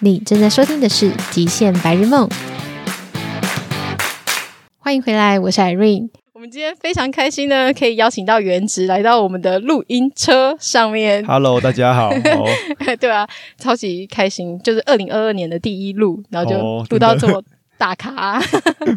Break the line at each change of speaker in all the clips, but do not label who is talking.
你正在收听的是《极限白日梦》。欢迎回来，我是 Irene。我们今天非常开心呢，可以邀请到原职来到我们的录音车上面。
Hello，大家好。哦
对啊，超级开心，就是二零二二年的第一录，然后就
哦
录到这
真的
么大咖。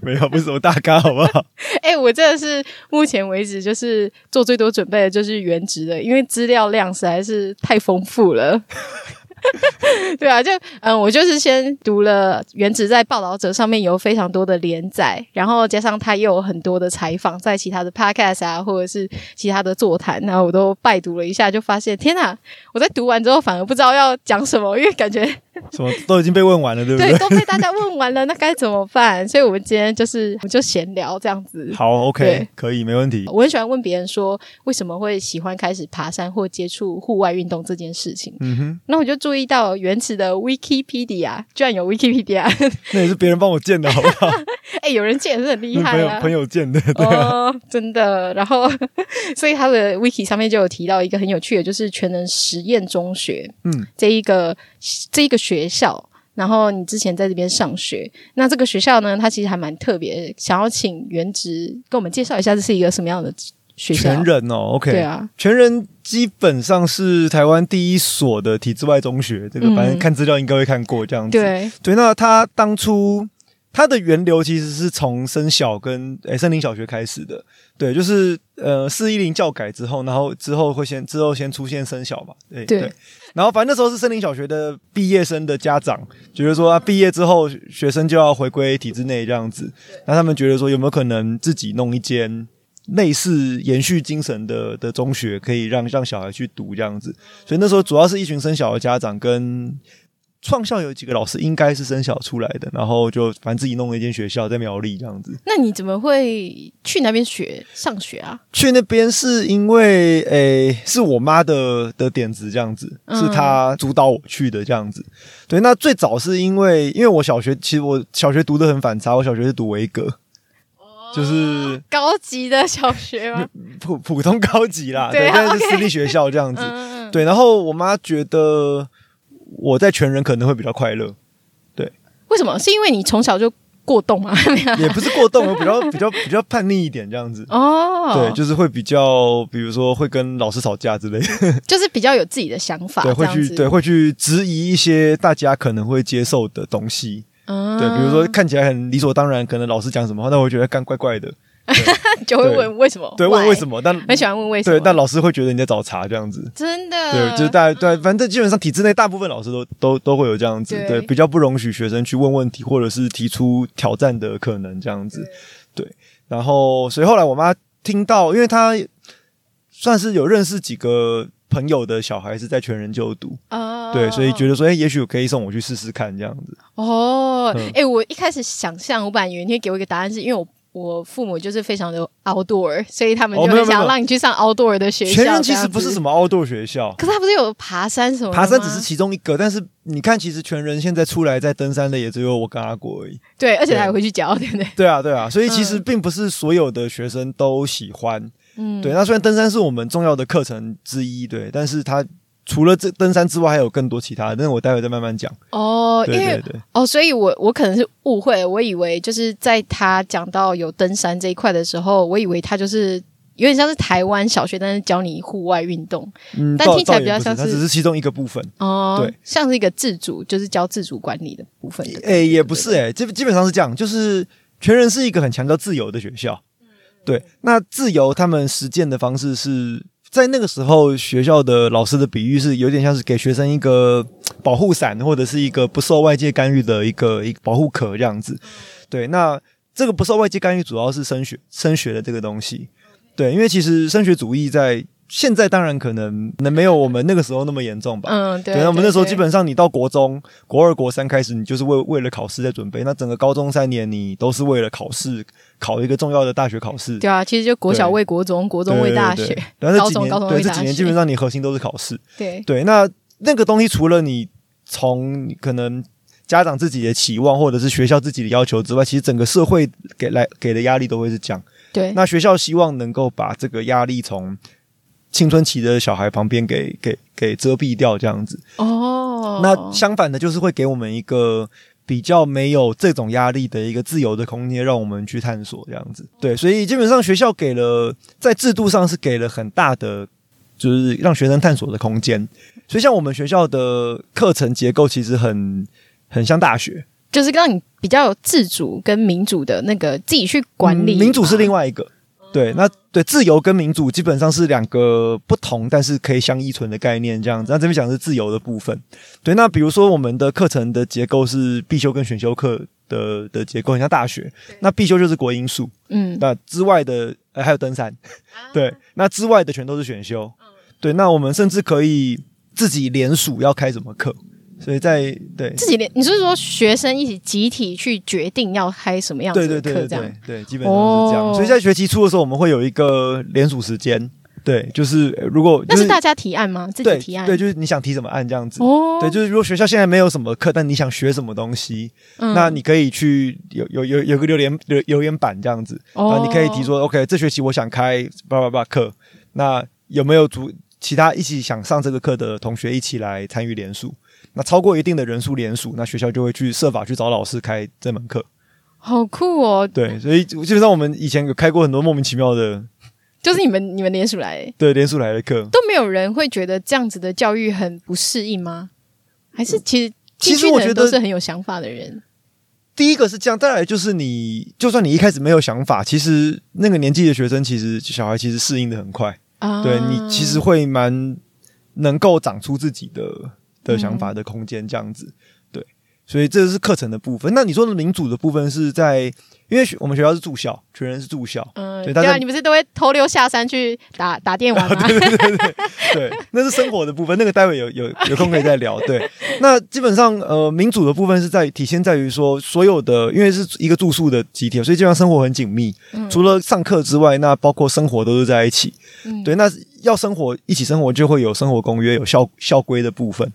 没有，不是什么大咖，好不好？
哎、我真的是目前为止就是做最多准备的就是原职的，因为资料量实在是太丰富了。 对啊，就嗯，我就是先读了原职在《报道者》上面有非常多的连载，然后加上他也有很多的采访，在其他的 podcast 啊，或者是其他的座谈，然后我都拜读了一下，就发现天哪！我在读完之后反而不知道要讲什么，因为感觉
什么都已经被问完了，对不
对
对？
都被大家问完了，那该怎么办？所以我们今天就是我们就闲聊这样子。
好
对
，OK，可以，没问题。
我很喜欢问别人说为什么会喜欢开始爬山或接触户外运动这件事情。
嗯哼，
那我就注意到原始的 Wikipedia 居然有 Wikipedia，
那也是别人帮我建的，好不好？
哎、有人建也是很厉
是朋
害
友
啊
朋。友建的，对啊。
哦，真的。然后，所以他的 wiki 上面就有提到一个很有趣的，就是全能实验中学
嗯，
这一个这一个学校。然后你之前在这边上学，那这个学校呢，它其实还蛮特别。想要请原职跟我们介绍一下，这是一个什么样的学校？
全人哦，OK，
对啊，
全人基本上是台湾第一所的体制外中学，这个
嗯
反正看资料应该会看过这样子。
对，
对，那他当初他的源流其实是从升小跟诶森林小学开始的，对，就是呃四一零教改之后，然后之后会先之后先出现升小嘛，对
对
然后反正那时候是森林小学的毕业生的家长觉得说啊，毕业之后学生就要回归体制内这样子，那他们觉得说有没有可能自己弄一间类似延续精神的的中学，可以让让小孩去读这样子。所以那时候主要是一群生小的家长跟创校有几个老师应该是生小出来的，然后就反正自己弄了一间学校在苗栗这样子。
那你怎么会去那边学上学啊？
去那边是因为诶、是我妈的的点子这样子，
嗯
是她主导我去的这样子。对，那最早是因为因为我小学其实我小学读的很反差，我小学是读维格，
哦
就是
高级的小学 吗？
普普通高级啦，
对
对，
啊
但是私立学校这样子。
嗯，嗯
对，然后我妈觉得我在全人可能会比较快乐，
为什么？是因为你从小就过动 吗？没有
也不是过动，我比较比较比较叛逆一点这样子。
哦，
对，就是会比较，比如说会跟老师吵架之类的，
就是比较有自己的想法，
对，会
这样
去
子
对，会去质疑一些大家可能会接受的东西，
嗯
对，比如说看起来很理所当然，可能老师讲什么话，那我会觉得干怪怪的，
就会问为什么，
对，问为什
么，
么，但
很喜欢问为什么，
对，但老师会觉得你在找茬这样子，
真的，
对，就是大家对，反正基本上体制内大部分老师都都都会有这样子，
对
对，比较不容许学生去问问题或者是提出挑战的可能这样子，对。然后，所以后来我妈听到，因为她算是有认识几个朋友的小孩是在全人就读，
哦
对，所以觉得说，哎、也许我可以送我去试试看这样子，
哦，哎
嗯、
我一开始想象，我本来有一天给我一个答案，是因为我。我父母就是非常的 outdoor，所以他们
哦
就很
没有没有
想要让你去上 outdoor 的学校。
全人其实不是什
么，
么 outdoor 学校。
可是他不是有爬山什么的吗？
爬山只是其中一个，但是你看，其实全人现在出来在登山的也只有我跟阿国而已。
对，而且他
对
还回去教，对不对？
对啊，对啊，所以其实
嗯
并不是所有的学生都喜欢，
嗯，
对，那虽然登山是我们重要的课程之一，对，但是它除了这登山之外，还有更多其他的，但是我待会再慢慢讲。
哦，因
对
为
对对，
哦，所以我我可能是误会，我以为就是在他讲到有登山这一块的时候，我以为他就是有点像是台湾小学，但是教你户外运动
嗯，
但
倒
听起来
倒也
比较
不
像
它
是
只是其中一个部分。
哦，
对，
像是一个自主，就是教自主管理的部分的。
诶、也不是诶、基基本上是这样，就是全人是一个很强调自由的学校。对，那自由他们实践的方式是在那个时候学校的老师的比喻是有点像是给学生一个保护伞或者是一个不受外界干预的一个一个保护壳这样子。对，那这个不受外界干预主要是升学升学的这个东西。对，因为其实升学主义在现在当然可能可能没有我们那个时候那么严重吧。
嗯，对。
对，那我们那时候
对
基本上你到国中、国二、国三开始，你就是为为了考试在准备。那整个高中三年，你都是为了考试，考一个重要的大学考试。
对啊，其实就国小为国中，国中为大
对
学
对，对然后
高
这几
中高
年，
中
对
为
这
大
几年
学
基本上你核心都是考试。
对，
对，那那个东西除了你从可能家长自己的期望，或者是学校自己的要求之外，其实整个社会给来给的压力都会是这样。
对，
那学校希望能够把这个压力从青春期的小孩旁边给给给遮蔽掉这样子。
哦，
那相反的，就是会给我们一个比较没有这种压力的一个自由的空间，让我们去探索这样子。对，所以基本上学校给了在制度上是给了很大的，就是让学生探索的空间。所以像我们学校的课程结构其实很很像大学，
就是让你比较有自主跟民主的那个自己去管理
嗯
嘛，
民主是另外一个。对，那对自由跟民主基本上是两个不同，但是可以相依存的概念，这样子。那这边讲的是自由的部分。对，那比如说我们的课程的结构是必修跟选修课的的结构，很像大学。那必修就是国英数，
嗯，
那之外的、呃、还有登山，
啊
对，那之外的全都是选修。
嗯
对，那我们甚至可以自己联署要开什么课，所以在对
自己连你是说学生一起集体去决定要开什么样
对
子的
对对
课
对
这样
对。对，基本上是这样。
哦
所以在学期初的时候，我们会有一个联署时间，对，就是呃如果、就
那是大家提案吗？自己
对
提案？
对，就是你想提什么案这样子。
啊哦，
对，就是如果学校现在没有什么课，但你想学什么东西，
嗯
那你可以去有有有有个留言留留言板这样子，然啊后你可以提
哦
说、o k 这学期我想开叭叭叭课，那有没有足其他一起想上这个课的同学一起来参与联署？那超过一定的人数联署，那学校就会去设法去找老师开这门课。
好酷哦，
对，所以基本上我们以前有开过很多莫名其妙的
就是你们你们联署来
对连数来的课。
都没有人会觉得这样子的教育很不适应吗？还是其实
嗯其实
进去的
我觉得
人都是很有想法的人？
第一个是这样，再来就是你，就算你一开始没有想法，其实那个年纪的学生，其实小孩其实适应的很快，
啊，
对你其实会蛮能够长出自己的的
嗯
想法的空间，这样子。对，所以这是课程的部分。那你说的民主的部分是在，因为学我们学校是住校，全人是住校，
嗯，
对
对
大家
啊，你不是都会偷溜下山去打打电 玩吗？
对，那是生活的部分，那个待会有有有空可以再聊。对，那基本上呃，民主的部分是在体现在于说，所有的因为是一个住宿的集体，所以基本上生活很紧密。除了上课之外，那包括生活都是在一起。
嗯
对，那要生活一起生活，就会有生活公约，有校校规的部分。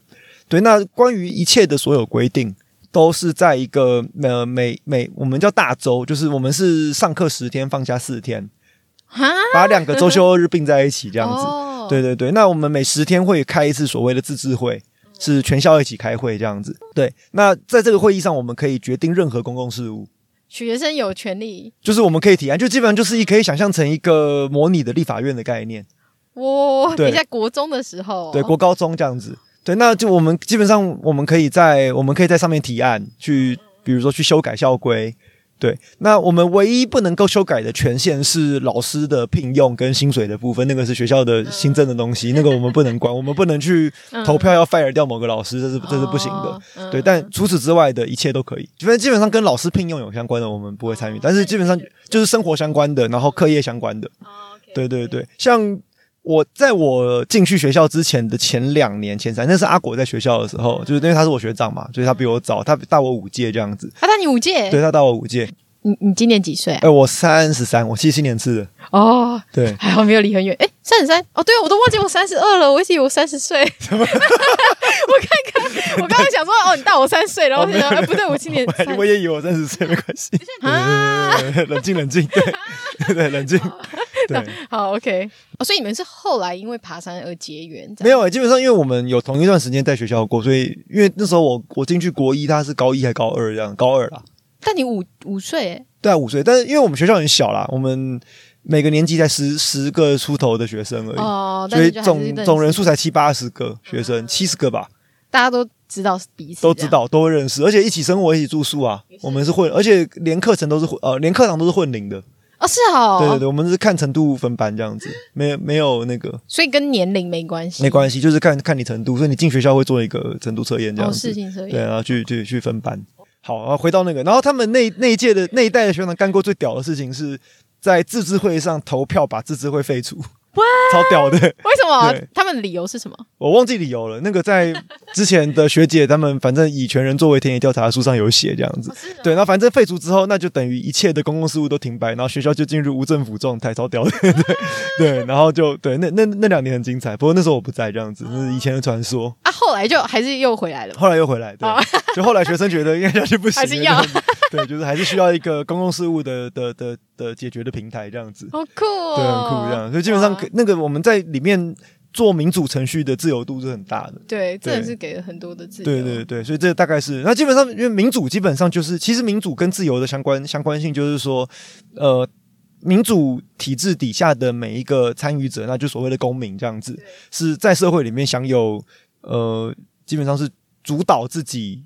对，那关于一切的所有规定。都是在一个呃每每我们叫大周，就是我们是上课十天，放假四天，
哈，
把两个周休二日并在一起这样子。
哦，
对对对，那我们每十天会开一次所谓的自治会，是全校一起开会这样子。对，那在这个会议上，我们可以决定任何公共事务，
学生有权利。
就是我们可以提案，就基本上就是一可以想象成一个模拟的立法院的概念，
哇，
对
你在国中的时候，
对，国高中这样子。对，那就我们基本上我们可以在我们可以在上面提案，去比如说去修改校规。对，那我们唯一不能够修改的权限是老师的聘用跟薪水的部分，那个是学校的新增的东西，那个我们不能管，我们不能去
嗯
投票要 fire 掉某个老师，这是这是不行的
哦。嗯
对，但除此之外的一切都可以。因为基本上跟老师聘用有相关的，我们不会参与，但是基本上就是生活相关的，然后课业相关的。对对对，像我在我进去学校之前的前两年、前三，那是阿果在学校的时候，就是因为他是我学长嘛，所以他比我早，他大我五届这样子。
啊，那你五届，
对他大我五届，
你你今年几岁啊？
哎，我三十三，我七七年次的，
哦，，
对
还好没有离很远。哎，三十三，哦，对，我都忘记我三十二了，我一直以为我三十岁。 我看看，我刚刚想说，哦，你大我三岁，然后我就想，哎，不对，我今年三
我也以为我三十岁，没关系，
啊，
对对对对 冷静冷静，对 对冷静，对。
好，OK，哦，所以你们是后来因为爬山而结缘，这
没
样
有、欸，基本上因为我们有同一段时间在学校过，所以因为那时候我我进去国一，他是高一还高二这样，高二啦，
但你五五岁耶，
对啊，五岁，但是因为我们学校很小啦，我们每个年级才十十个出头的学生而已，
哦，
所以
但是就还是
总
认识嗯
总人数才七八十个学生，七十个吧，
大家都知道是彼此，
都知。道，都会认识，而且一起生活，一起住宿啊，我们是混，而且连课程都是混，呃，连课堂都是混龄的，
哦，是哦，
对对对，我们是看程度分班这样子，没有没有那个
所以跟年龄没关系，
没关系，就是看看你程度，所以你进学校会做一个程度测验这样
哦，
子
事，情所以
对，然后去去去分班。好，然后回到那个，然后他们那那一届的那一代的学长干过最屌的事情是在自治会上投票把自治会废除，
哇
超屌的！
为什么
对
他们的理由是什么？
我忘记理由了。那个在之前的学姐他们，反正以全人作为田野调查的书上有写这样
哦
子。对，然后反正废除之后，那就等于一切的公共事务都停摆，然后学校就进入无政府状态，超屌的。对对，然后就对，那那那两年很精彩，不过那时候我不在，这样子，那是以前的传说。
啊，后来就还是又回来了嘛。
后来又回来，对，就后来学生觉得应该下去不行，
还是要
这样子对，就是还是需要一个公共事务的的的的解决的平台这样子，
好酷哦，
对，很酷这样。所以基本上
哇
可那个我们在里面做民主程序的自由度是很大的。
对，真的
对
是给了很多的自由，
对对对，所以这大概是那基本上，因为民主基本上就是，其实民主跟自由的相关相关性就是说，呃，民主体制底下的每一个参与者，那就所谓的公民这样子，是在社会里面享有呃，基本上是主导自己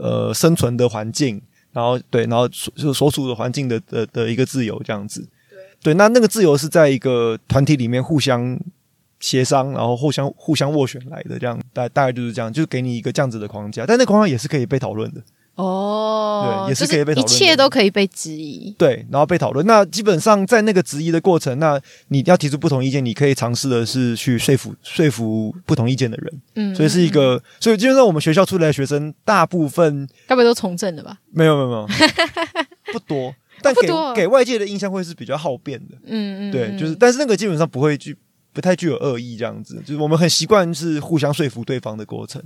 呃生存的环境，然后对，然后所就是所处的环境的的的一个自由这样子。对，那那个自由是在一个团体里面互相协商，然后互相互相斡旋来的，这样大大概就是这样，就给你一个这样子的框架，但那框架也是可以被讨论的，
哦，
对也是
就
可以被讨
一
论的
切都可以被质疑，
对，然后被讨论。那基本上在那个质疑的过程，那你要提出不同意见，你可以尝试的是去说服说服不同意见的人，
嗯，
所以是一个，所以基本上我们学校出来的学生大部分
该不会都从政了吧？
没有没 有没有不多，但
不
给
多
给外界的印象会是比较好辩的。
嗯嗯，
对，
嗯
就是，但是那个基本上不会具不太具有恶意这样子，就是我们很习惯是互相说服对方的过程，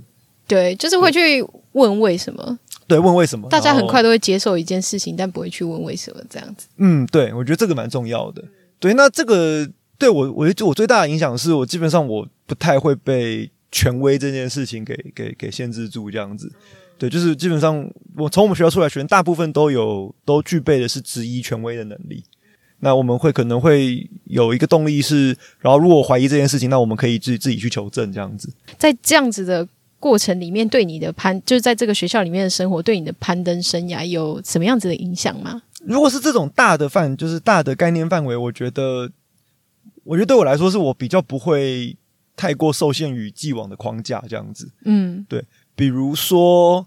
对，就是会去问为什么，
对，问为什么，
大家很
然后
快，都会接受一件事情，但不会去问为什么这样子。
嗯，对，我觉得这个蛮重要的，对，那这个对我，我觉得我最大的影响是我基本上我不太会被权威这件事情给给给限制住这样子。对，就是基本上我从我们学校出来的学生，大部分都有都具备的是质疑权威的能力。那我们会可能会有一个动力是，然后如果怀疑这件事情，那我们可以自己自己去求证这样子。
在这样子的过程里面，对你的攀，就是在这个学校里面的生活，对你的攀登生涯有什么样子的影响吗？
如果是这种大的范，就是大的概念范围，我觉得，我觉得对我来说，是我比较不会太过受限于既往的框架这样子。
嗯，
比如说，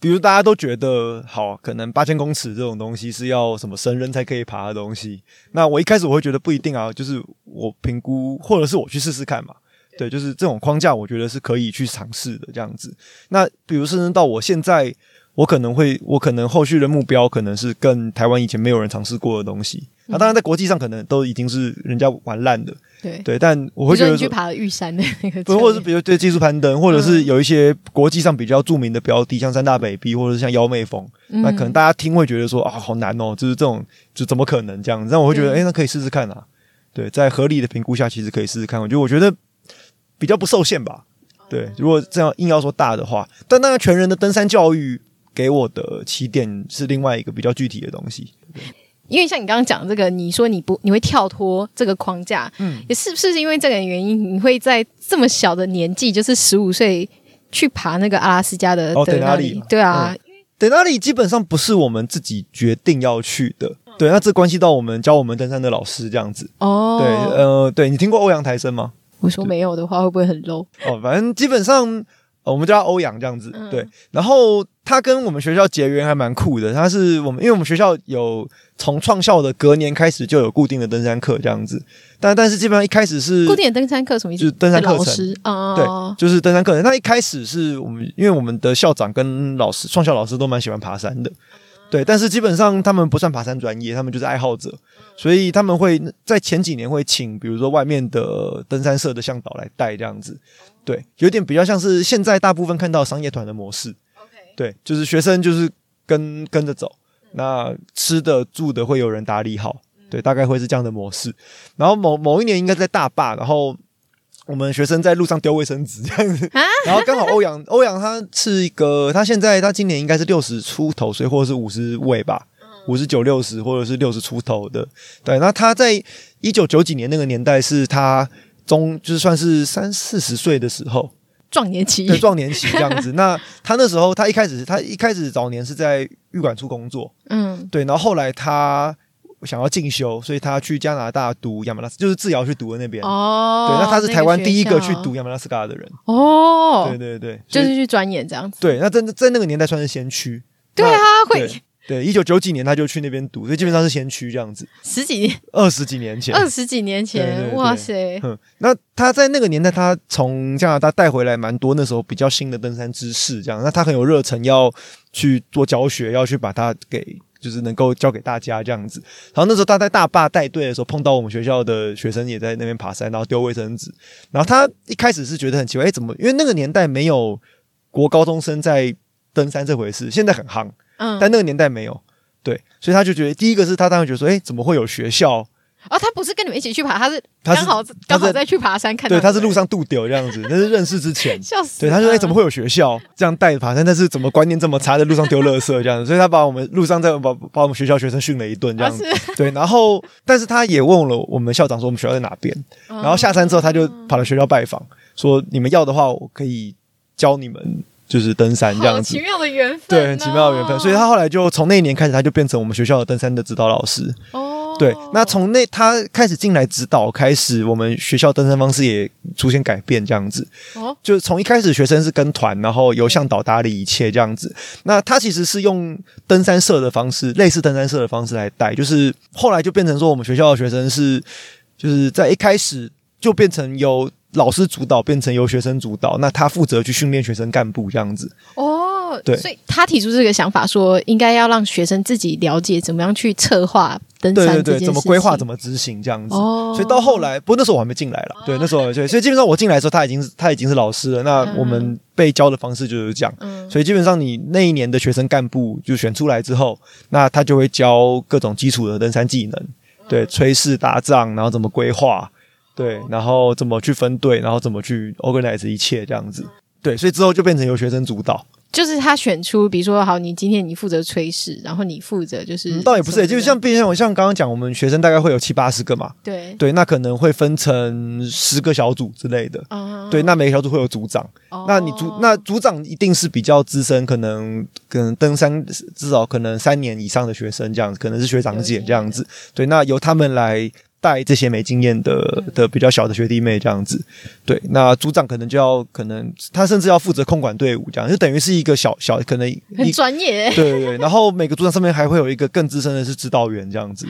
比如大家都觉得好，可能八千公尺这种东西是要什么神人才可以爬的东西。那我一开始我会觉得不一定啊，就是我评估，或者是我去试试看嘛。对，就是这种框架，我觉得是可以去尝试的这样子。那比如甚至到我现在，我可能会，我可能后续的目标可能是跟台湾以前没有人尝试过的东西。那、当然，在国际上可能都已经是人家玩烂的，
对。
对。但我
比
会
如
觉
说你
得
去
说，
爬了玉山的那个教
不，
练，
或者是比如对技术攀登，或者是
嗯
有一些国际上比较著名的标的，像三大北壁，或者是像妖妹峰，
嗯
那可能大家听会觉得说啊，好难哦，就是这种，就怎么可能这样？但我会觉得，哎、
对
那可以试试看啊。对，在合理的评估下，其实可以试试看。我觉得，我觉得比较不受限吧。
哦
对，如果这样硬要说大的话，但那个全人的登山教育给我的起点是另外一个比较具体的东西。
因为像你刚刚讲这个，你说你不你会跳脱这个框架，
嗯
也是不是因为这个原因，你会在这么小的年纪，就是十五岁去爬那个阿拉斯加的
哦
的
对
那
那里嗯
里？对啊，
对，那里基本上不是我们自己决定要去的。
嗯
对，那这关系到我们教我们登山的老师这样子。
哦，
对，呃，对你听过欧阳台生吗？
我说没有的话，会不会很 low？
哦，反正基本上、呃我们叫他欧阳这样子。
嗯
对，然后他跟我们学校结缘还蛮酷的。他是我们，因为我们学校有从创校的隔年开始就有固定的登山课这样子，但但是基本上一开始是
固定的登山课什么意
就是
思？
登山课
老
程。
师啊，
对
哦，
就是登山课程。那一开始是我们，因为我们的校长跟老师、创校老师都蛮喜欢爬山的，对。但是基本上他们不算爬山专业，他们就是爱好者，所以他们会在前几年会请，比如说外面的登山社的向导来带这样子，对，有点比较像是现在大部分看到商业团的模式，对，就是学生就是跟跟着走，那吃的住的会有人打理好，对，大概会是这样的模式。然后某某一年应该在大坝，然后我们学生在路上丢卫生纸 这样子，
啊
然后刚好欧阳欧阳他是一个，他现在他今年应该是六十出头，所以或者是五十尾
嗯
吧。五十九、六十，或者是六十出头的，对。那他在一九九几年那个年代，是他中就是算是三四十岁的时候，
壮年期
对壮年期这样子。那他那时候，他一开始他一开始早年是在玉管处工作，
嗯，
对，然后后来他想要进修，所以他去加拿大读亚马拉斯，就是自瑶去读的那边。
哦，
对，那他是台湾第一个去读
那学校
亚马拉斯加的人。
哦，
对对对，
就
所以
是去钻研这样子。
对，那在在那个年代算是先驱。
对啊，
那，
会
对对，一九九几年他就去那边读，所以基本上是先驱这样子，
十几年、
二十几年前。
二十几年
对对
前，
对
哇塞，
嗯，那他在那个年代，他从加拿大带回来蛮多那时候比较新的登山知识，这样，那他很有热忱要去做教学，要去把它给就是能够教给大家这样子。然后那时候他在大坝带队的时候，碰到我们学校的学生也在那边爬山，然后丢卫生纸，然后他一开始是觉得很奇怪，哎，怎么？因为那个年代没有国高中生在登山这回事，现在很夯。
嗯，
但那个年代没有，对，所以他就觉得第一个是他当然觉得说，哎、怎么会有学校？
哦，他不是跟你们一起去爬，他是
他
刚
是
好
他
刚
在
好在去爬山看到
对，
你们，。
他是路上渡丢这样子，那是认识之 前
笑死
对，
了，啊
他说：“哎、怎么会有学校这样带爬山？但是怎么观念这么差，在路上丢垃圾这样子？所以他把我们路上在把把我们学校学生训了一顿这样
啊
子。
是，
对，然后但是他也问了我们校长说我们学校在哪边，然后下山之后他就
哦
跑来学校拜访，说你们要的话我可以教你们就是登山这
好
样子
奇。妙哦的缘分、
对，很奇妙的缘分，所以他后来就从那一年开始，他就变成我们学校的登山的指导老师。
哦，
对，那从那他开始进来指导开始，我们学校登山方式也出现改变，这样子。
哦
就是从一开始学生是跟团，然后由向导打理一切这样子。那他其实是用登山社的方式，类似登山社的方式来带，就是后来就变成说，我们学校的学生是就是在一开始就变成由老师主导，变成由学生主导，那他负责去训练学生干部这样子。
哦，
对
所以他提出这个想法说，应该要让学生自己了解怎么样去策划登
对
山这
对
件事
对，
情，
怎么规划，怎么执行这样子。
哦，
所以到后来，不过那时候我还没进来了，对，那时候对，所以基本上我进来的时候，他已经是他已经是老师了。那我们被教的方式就是这样，
嗯
所以基本上你那一年的学生干部就选出来之后，那他就会教各种基础的登山技能，对，炊事搭帐，然后怎么规划，对，然后怎么去分队，然后怎么去 organize 一切这样子，对，所以之后就变成由学生主导，
就是他选出，比如说，好，你今天你负责炊事，然后你负责就是什么
嗯
的，
倒也不是，就是像毕竟我像刚刚讲，我们学生大概会有七八十个嘛，
对
对，那可能会分成十个小组之类的。
啊
对，那每个小组会有组长，
哦
那你组那组长一定是比较资深，可能可能登山至少可能三年以上的学生这样子，可能是学长姐这样子。对，那由他们来带这些没经验的
嗯
的比较小的学弟妹这样子。对，那组长可能就要可能他甚至要负责控管队伍这样，就等于是一个小小可能一
很专业，
对对对，然后每个组长上面还会有一个更资深的是指导员这 样子。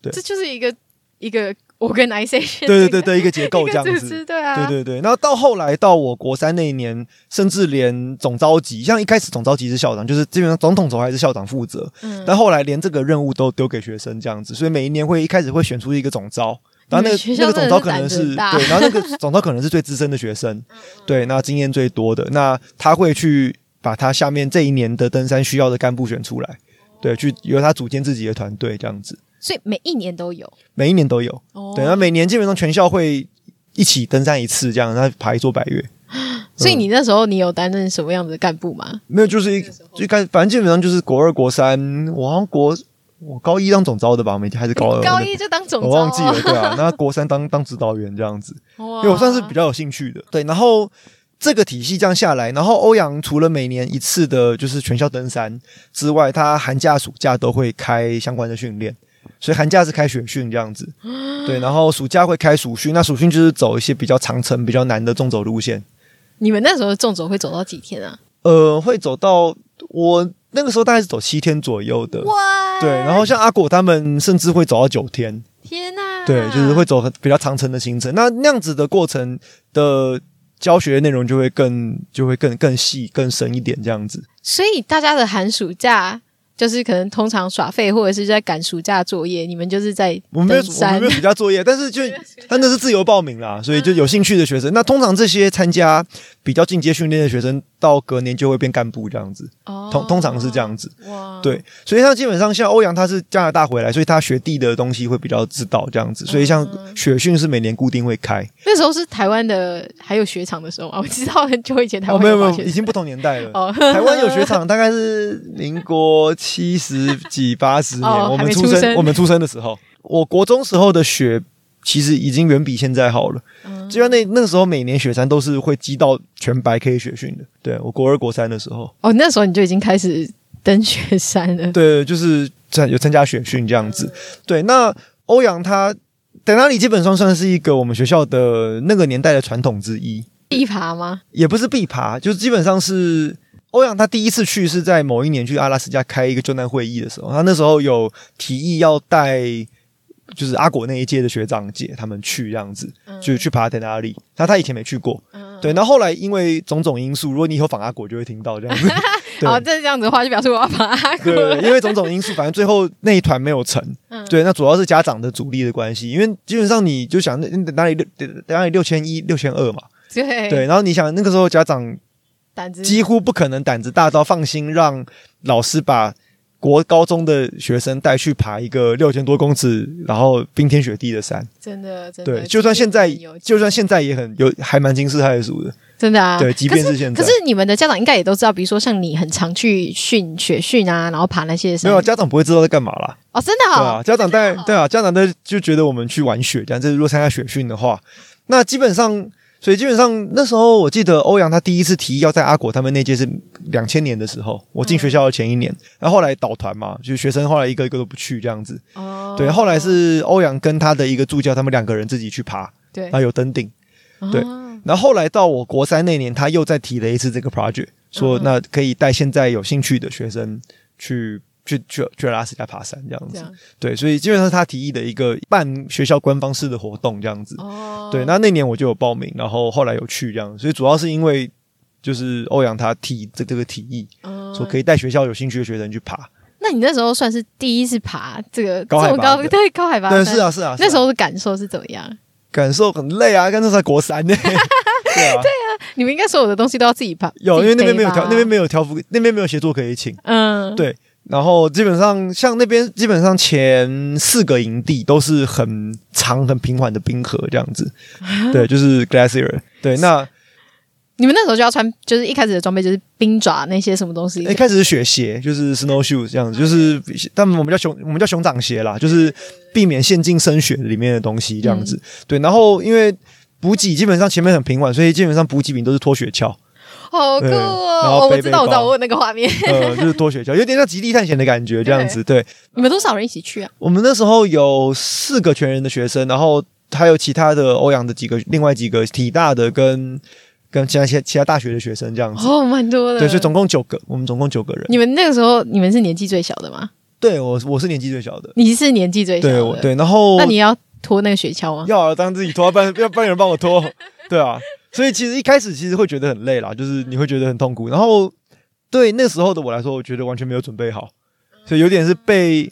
对
这就是一个一个 organization，
对对对对，一个结构
一
这
个
样
组
子。
织，对啊，
对对对，然后到后来到我国三那一年，甚至连总召集，像一开始总召集是校长，就是基本上总统筹还是校长负责，
嗯，
但后来连这个任务都丢给学生这样子，所以每一年会一开始会选出一个总招，然
你
后那
们
个
嗯学
那
校
个总招可
真
能
的是胆子
是
很大
对，然后那个总招可能是最资深的学生， 对，那经验最多的，那他会去把他下面这一年的登山需要的干部选出来，对，去由他组建自己的团队这样子，
所以每一年都有，
每一年都有，
哦
对，那每年基本上全校会一起登山一次，这样，然后爬一座百岳。 嗯
所以你那时候你有担任什么样的干部吗？
没有，就是一就开，反正基本上就是国二、国三，我好像国我高一当总招的吧，我们还是高二，
高一就当总
呃我
召
忘记了，对啊，那国三当当指导员这样子，
哇
因为我算是比较有兴趣的，对，然后。这个体系这样下来，然后欧阳除了每年一次的就是全校登山之外，他寒假、暑假都会开相关的训练，所以寒假是开雪训这 样子，对，然后暑假会开暑训，那暑训就是走一些比较长程、比较难的纵走路线，
你们那时候纵走会走到几天啊？
呃，会走到我那个时候大概是走七天左右的，
哇
呃对。然后像阿果他们甚至会走到九天，
天哪、
对，就是会走很比较长程的行程。那那样子的过程的教学内容就会更就会更更细更深一点这样子。
所以大家的寒暑假就是可能通常耍废，或者是在赶暑假作业，你们就是在
我们没有
登
我们
山
没有暑假作业，但 是就但那是自由报名啦，所以
嗯
就有兴趣的学生。那通常这些参加比较进阶训练的学生，到隔年就会变干部这样子，
哦
通通常是这样子。
哇，
对，所以他基本上像欧阳，他是加拿大回来，所以他学地的东西会比较知道这样子。所以像
嗯
雪训是每年固定会开，
那时候是台湾的还有雪场的时候啊，我知道很久以前台
哦，
湾
没有没
滑
有，
雪
已经不同年代了。
哦，
台湾有雪场，大概是民国七十几、八十年，
哦
我
还
们
没
出
出
生，
生
我们出生的时候，我国中时候的雪其实已经远比现在好了。
嗯
就像那那个时候，每年雪山都是会积到全白 K 雪训的。对我国二、国三的时候，
哦，那时候你就已经开始登雪山了，
对，就是参有参加选训这样子。对，那欧阳他等那里基本上算是一个我们学校的那个年代的传统之一，
地爬吗？
也不是必爬，就是基本上是。欧阳他第一次去是在某一年去阿拉斯加开一个救难会议的时候，他那时候有提议要带，就是阿果那一届的学长姐他们去这样子，
嗯
就去爬在那里。那他以前没去过，对。那后来因为种种因素，如果你以后访阿果就会听到这 样子。对
哦，这这样子的话，就表示我要爬阿古
对，因为种种因素，反正最后那一团没有成。
嗯
对，那主要是家长的阻力的关系，因为基本上你就想那那哪里六哪里六千一、六千二嘛，
对
对，然后你想那个时候家长
胆子
几乎不可能胆子大到放心让老师把国高中的学生带去爬一个六千多公尺，然后冰天雪地的山。
真的真的，
对，就算现在
即便有，
就算现在也很有，还蛮惊世骇俗的。
真的啊，
对，即
可
便
是
是现在
可是，你们的家长应该也都知道，比如说像你很常去训雪训啊，然后爬那些
没
山
有家长不会知道在干嘛啦。
哦，真的
对
哦
啊，，家长带
真的哦
对啊，家长带就觉得我们去玩雪，这样。这如果参加雪训的话，那基本上，所以基本上那时候我记得欧阳他第一次提议要在阿果他们那届是两千年的时候，我进学校的前一年，然后后来导团嘛，就学生后来一个一个都不去这样子。
哦
对，后来是欧阳跟他的一个助教，他们两个人自己去爬，
对
然后有登顶。啊对
哦
然后后来到我国三那年，他又再提了一次这个 project，说
嗯
那可以带现在有兴趣的学生去去去去阿拉斯加爬山这样
这
子。
样
对，所以基本上是他提议的一个半学校官方式的活动这样子。
哦，
对，那那年我就有报名，然后后来有去这样，所以主要是因为就是欧阳他提这这个提议，
哦
说可以带学校有兴趣的学生去爬。
那你那时候算是第一次爬这个
高海
这么
拔
高
的
对高海拔
对，
的
是
山
啊，是啊，是啊
那时候的感受是怎么样？
感受很累啊，但那时候才国 三呢。对啊，
你们应该所有的东西都要自己爬，
有因为那边没有
调
调，那边没有调服，那边没有协作可以请。
嗯，
对然后基本上像那边基本上前四个营地都是很长很平缓的冰河这样 子，对，就是 glacier。对，那
你们那时候就要穿，就是一开始的装备就是冰爪那些什么东西，
一开始是雪鞋，就是 snow shoes 这样子，就是但我们叫熊，我们叫熊掌鞋啦，就是避免陷进深雪里面的东西这样
嗯
子。对，然后因为补给基本上前面很平缓，所以基本上补给品都是拖雪橇，
好酷
对然
哦！
后
哦我
背
知
背
道，我知道，
包
我有那个画面。
呃，就是拖雪橇，有点像极地探险的感觉这样子。对，
你们多少人一起去啊？
我们那时候有四个全人的学生，然后还有其他的欧阳的几个，另外几个体大的跟跟其他其他其他大学的学生这样子。
哦，蛮多的。
对，所以总共九个，我们总共九个人。
你们那个时候，你们是年纪最小的吗？
对我我是年纪最小的，
你是年纪最小
对
的
我，对，然后
那你要拖那个雪橇吗？
要啊当自己拖，不然 要不然有人帮我拖，对啊。所以其实一开始其实会觉得很累啦，就是你会觉得很痛苦。然后对那时候的我来说，我觉得完全没有准备好，所以有点是被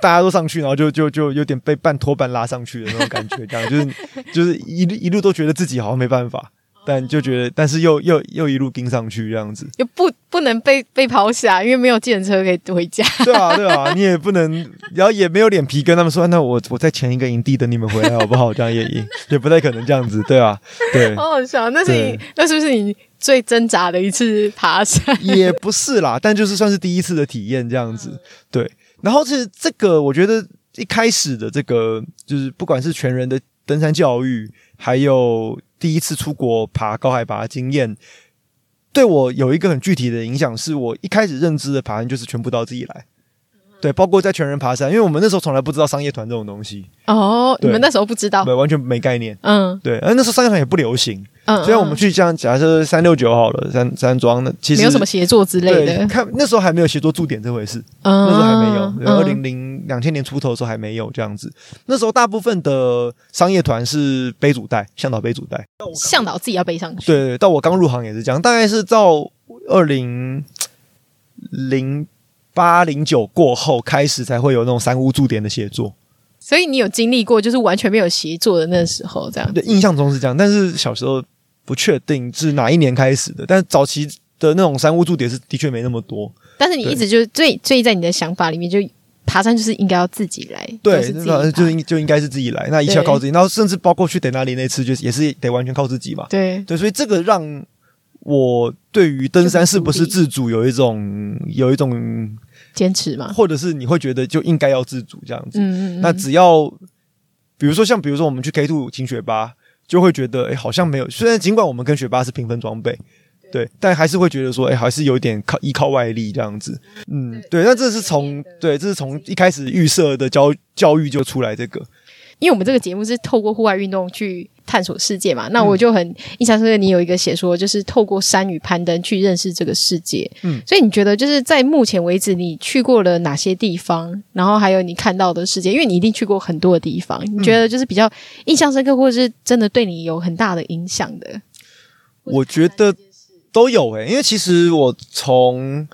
大家都上去，然后就就就有点被半拖半拉上去的那种感觉，这样就是就是一路一路都觉得自己好像没办法，但就觉得但是又又又一路跟上去这样子。
又不不能被被抛下，因为没有计程车可以回家。
对啊，对啊，你也不能，然后也没有脸皮跟他们说，那我我在前一个营地等你们回来好不好？这样也也也不太可能这样子，对啊，对，
好好笑，那是你
对
那是不是你最挣扎的一次爬山？
也不是啦，但就是算是第一次的体验这样
嗯
子。对，然后是这个，我觉得一开始的这个，就是不管是全人的登山教育，还有第一次出国爬高海拔的经验，对我有一个很具体的影响，是我一开始认知的爬山就是全部到自己来。
嗯
对，包括在全人爬山，因为我们那时候从来不知道商业团这种东西，
哦，你
对
们那时候不知道，
对，完全没概念。
嗯
对，而那时候商业团也不流行，
嗯，
所以我们
嗯
去像假设三六九好了，山山庄那其实
没有什么协作之类
对，
的，
看那时候还没有协作驻点这回事，
嗯，
那时候还没有，对，二
嗯
零零两千年出头的时候还没有这样子。那时候大部分的商业团是背主带，向导背主带。
向导自己要背上去，
对对，到我刚入行也是这样，大概是到二零零八零九过后开始才会有那种三屋驻点的协作。
所以你有经历过就是完全没有协作的那时候，这样
对，印象中是这样，但是小时候不确定是哪一年开始的，但早期的那种三屋驻点是的确没那么多。
但是你一直就最最在你的想法里面，就爬山就是应该要自己来，都
对，
是自己
那呃
爬
就应就应该是自己来，那一切要靠自己。然后甚至包括去德纳里那次，就是也是得完全靠自己嘛。
对，
对，所以这个让我对于登山是不是自主有一种有一种，
坚持嘛，
或者是你会觉得就应该要自主这样子。
嗯嗯，嗯
那只要比如说像比如说我们去 K two 请雪巴，就会觉得哎好像没有，虽然尽管我们跟雪巴是平分装备。对，但还是会觉得说，哎、还是有点靠依靠外力这样子，嗯，对。那这是从对，这是从一开始预设的教教育就出来这个，
因为我们这个节目是透过户外运动去探索世界嘛，那
嗯
我就很印象深刻。你有一个写说，就是透过山与攀登去认识这个世界。
嗯，
所以你觉得就是在目前为止，你去过了哪些地方？然后还有你看到的世界，因为你一定去过很多的地方，你觉
嗯
得就是比较印象深刻，或者是真的对你有很大的影响的？
我觉得都有诶、因为其实我从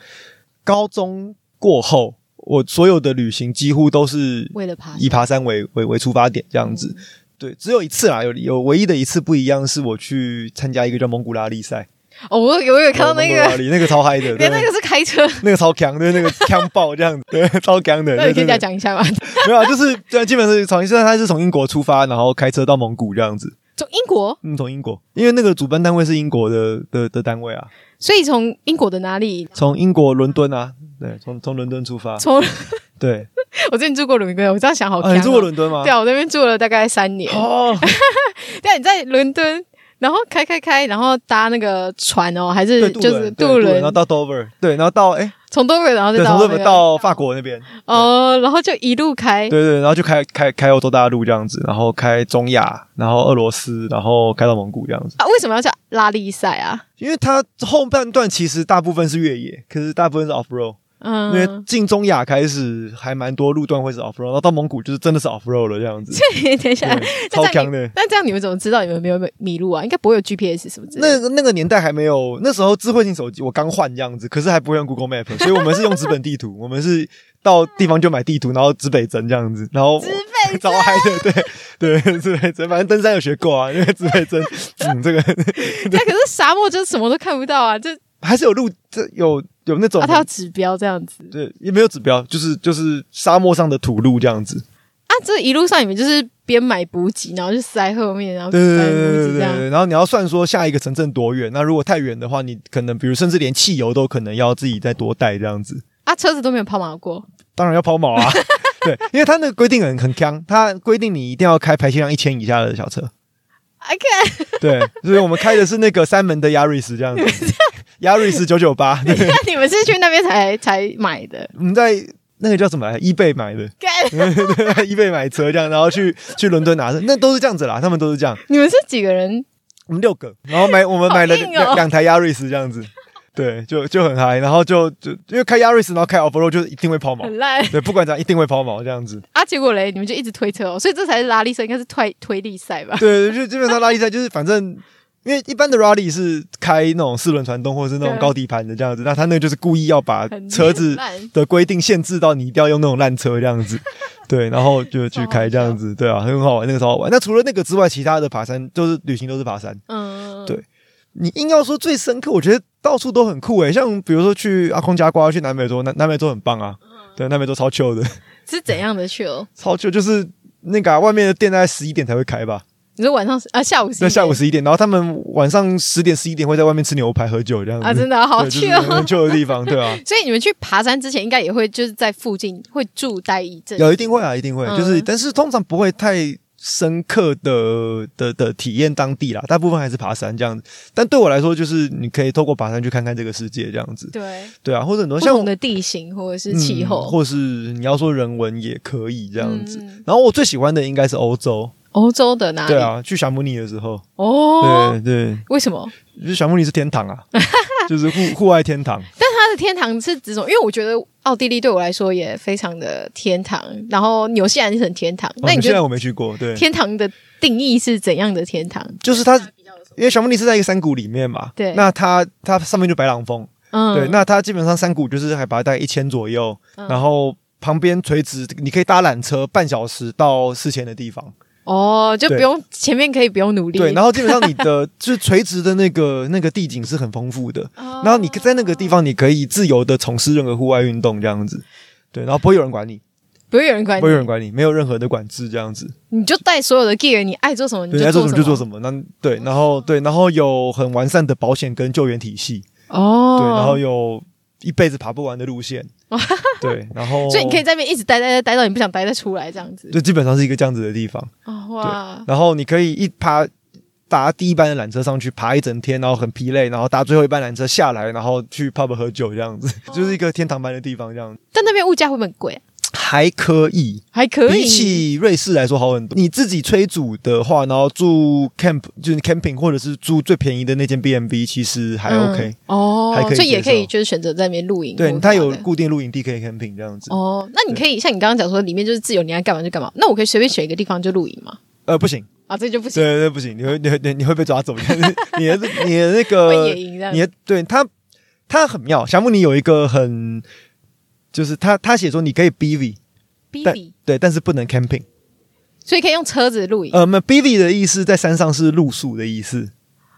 高中过后，我所有的旅行几乎都是
为了爬山
以爬山为为为出发点这样
嗯
子。对，只有一次啦，有有唯一的一次不一样是我去参加一个叫蒙古拉力赛，
哦，我有我 有看到那
蒙
个，
哥马利那个超嗨 的，对
连那个是开车，
那个超强，对，那个强爆这样子，对，超强的。
那你可以再
对对对
讲一下吗？
没有啊，就是对，基本上是从，现在他是从英国出发，然后开车到蒙古这样子。
从英国，
嗯，从英国，因为那个主办单位是英国的的的单位啊，
所以从英国的哪里？
从英国伦敦啊，对，从从伦敦出发，
从
对。
我之前住过伦敦，我这样想好、
啊，你住过？伦敦吗？
对啊，我那边住了大概三年。
哦，
但你在伦敦，然后开开开，然后搭那个船哦，还
对，
是
渡
就是哦
对渡
轮
然后，到 Dover，对，然后到哎，
从多伦，然后
对，
再
从
到、那
Dover
个、
到法国那边，
哦，然后就一路开
对。对，然后就开开开欧洲大陆这样子，然后开中亚，然后俄罗斯，然后开到蒙古这样子。
啊，为什么要叫拉力赛啊？
因为它后半段其实大部分是越野，可是大部分是 off road，、因为
嗯，
进中亚开始还蛮多路段会是 off road，然后到蒙古就是真的是 off road 了这样子，
等一下，
对啊超强的。
那这样你们怎么知道你们有没有迷路啊？应该不会有 GPS 什么 之类的。
那那个年代还没有，那时候智慧型手机我刚换这样子，可是还不会用 Google Map，所以我们是用纸本地图，我们是到地方就买地图，然后指北针这样子，然后
北
招嗨的，对对，指北针，反正登山有学过啊，那个指北针，嗯，这个
那可是沙漠就什么都看不到啊，就
还是有路，这有有那种
啊，它有指标这样子
对，也没有指标，就是就是沙漠上的土路这样子。
啊。这一路上你们就是边买补给，然后就塞后面，然后
对
塞
对
补
对
给
对
这样。
对。然后你要算说下一个城镇多远，那如果太远的话，你可能比如甚至连汽油都可能要自己再多带这样子。
啊，车子都没有跑马过，
当然要抛 锚啊，对，因为它那个规定很很强，它规定你一定要开排气量一千以下的小车。
哎，看
对，所以我们开的是那个三门的 Yaris 这样子 ，Yaris 九九八，对
你们是去那边才才买的，
我们在那个叫什么来着 eBay 买的
看
，eBay 买车这样，然后去去伦敦拿，那都是这样子啦，他们都是这样。
你们是几个人？
我们六个，然后买我们买了
好硬哦
两两台亚瑞斯这样子，对，就就很嗨，然后就就因为开亚瑞斯，然后开 off road 就一定会抛锚，
很烂
对，不管怎样一定会抛锚这样子，
啊！结果嘞，你们就一直推车哦，所以这才是拉力赛，应该是推推力赛吧？
对，就基本上拉力赛就是反正。因为一般的 rally 是开那种四轮传动或是那种
对
高底盘的这样子，那他那个就是故意要把
很啊
车子
烂
的规定限制到你一定要用那种烂车这样子，对，然后就去开这样子，对啊，很好玩，那个超好玩。那除了那个之外，其他的爬山就是旅行都是爬山，
嗯，
对你硬要说最深刻，我觉得到处都很酷诶、像比如说去阿空加瓜，去南美洲，南南美洲很棒啊，
嗯
对，南美洲超 chill 的，
是怎样的去哦？
超 chill，就是那个啊、外面的店大概十一点才会开吧，
你说晚上啊，下午是
在下午十一点，然后他们晚上十点十一点会在外面吃牛排喝酒这样子，
啊，真的啊好
对就是
去哦
很。chill 的地方，对啊，
所以你们去爬山之前，应该也会就是在附近会住待一阵子，
有一定会啊，一定会，
嗯
就是但是通常不会太。深刻的的的体验当地啦，大部分还是爬山这样子。但对我来说，就是你可以透过爬山去看看这个世界这样子，
对
对啊，或者很多
不
像我
同的地形或者是气
嗯
候，
或是你要说人文也可以这样子。
嗯
然后我最喜欢的应该是欧洲，
欧洲的哪里？
对啊，去霞慕尼的时候，
哦，
对对，
为什么？
就是霞慕尼是天 堂啊，就是户户外天堂，
但它的天堂是指什么？因为我觉得奥地利对我来说也非常的天堂，然后纽西兰也是很天堂。那你觉
哦现在
得
我没去过，对，
天堂的定义是怎样的天堂？
就是它，因为霞慕尼是在一个山谷里面嘛，
对
那它它上面就白朗峰，
嗯，
对，那它基本上山谷就是海拔大概一千左右，
嗯
然后。旁边垂直，你可以搭缆车半小时到四千的地方。
哦，就
对
不用前面可以不用努力。
对，然
后
后基本上你的 就是垂直的那个那个地景是很丰富的，
哦
然后你在那个地方，你可以自由的从事任何户外运动这样子，对，然后不会有人管你，
不会有人管
不会有人
你，
管你，没有任何的管制这样子，
你就带所有的 gear，你爱做什么嗯你
对，你爱做
做
什么就做
么。
什么，那对，然后对，然后有很完善的保险跟救援体系，
哦，
对，然后有一辈子爬不完的路 线，对，然后
所以你可以在那边一直待待待待到你不想待再出来这样子。
就基本上是一个这样子的地方，
哦哇，
然后你可以一爬。搭第一班的缆车上去爬一整天，然后很疲累，然后搭最后一班缆车下来，然后去 pub 喝酒这样子，
哦
就是一个天堂般的地方这样子，
但那边物价会不会很贵啊？
还可以，
还可以。
比起瑞士来说好很多。你自己催煮的话，然后住 camp 就是 camping，或者是住最便宜的那间 B M B，其实还
嗯
OK、
哦
还可，以
所以也
接受
可以就是选择在那边露营或干
对，
嘛的。
它有固定露营地可以 camping 这样子。
哦，那你可以像你刚刚讲说，里面就是自由，你爱干嘛就干嘛。那我可以随便选一个地方就露营吗？
呃，不行，
啊，这就不
对
行，
对对不行，你会你会你你会被抓走， 你的你的你的那
会
个
野营这样
你。的对它它很妙。霞慕尼有一个很，就是他他写说你可以 B V，
b
但
b
对，但是不能 camping。呃
所以可以用车子露营。
呃，那 B V 的意思在山上是露宿的意思。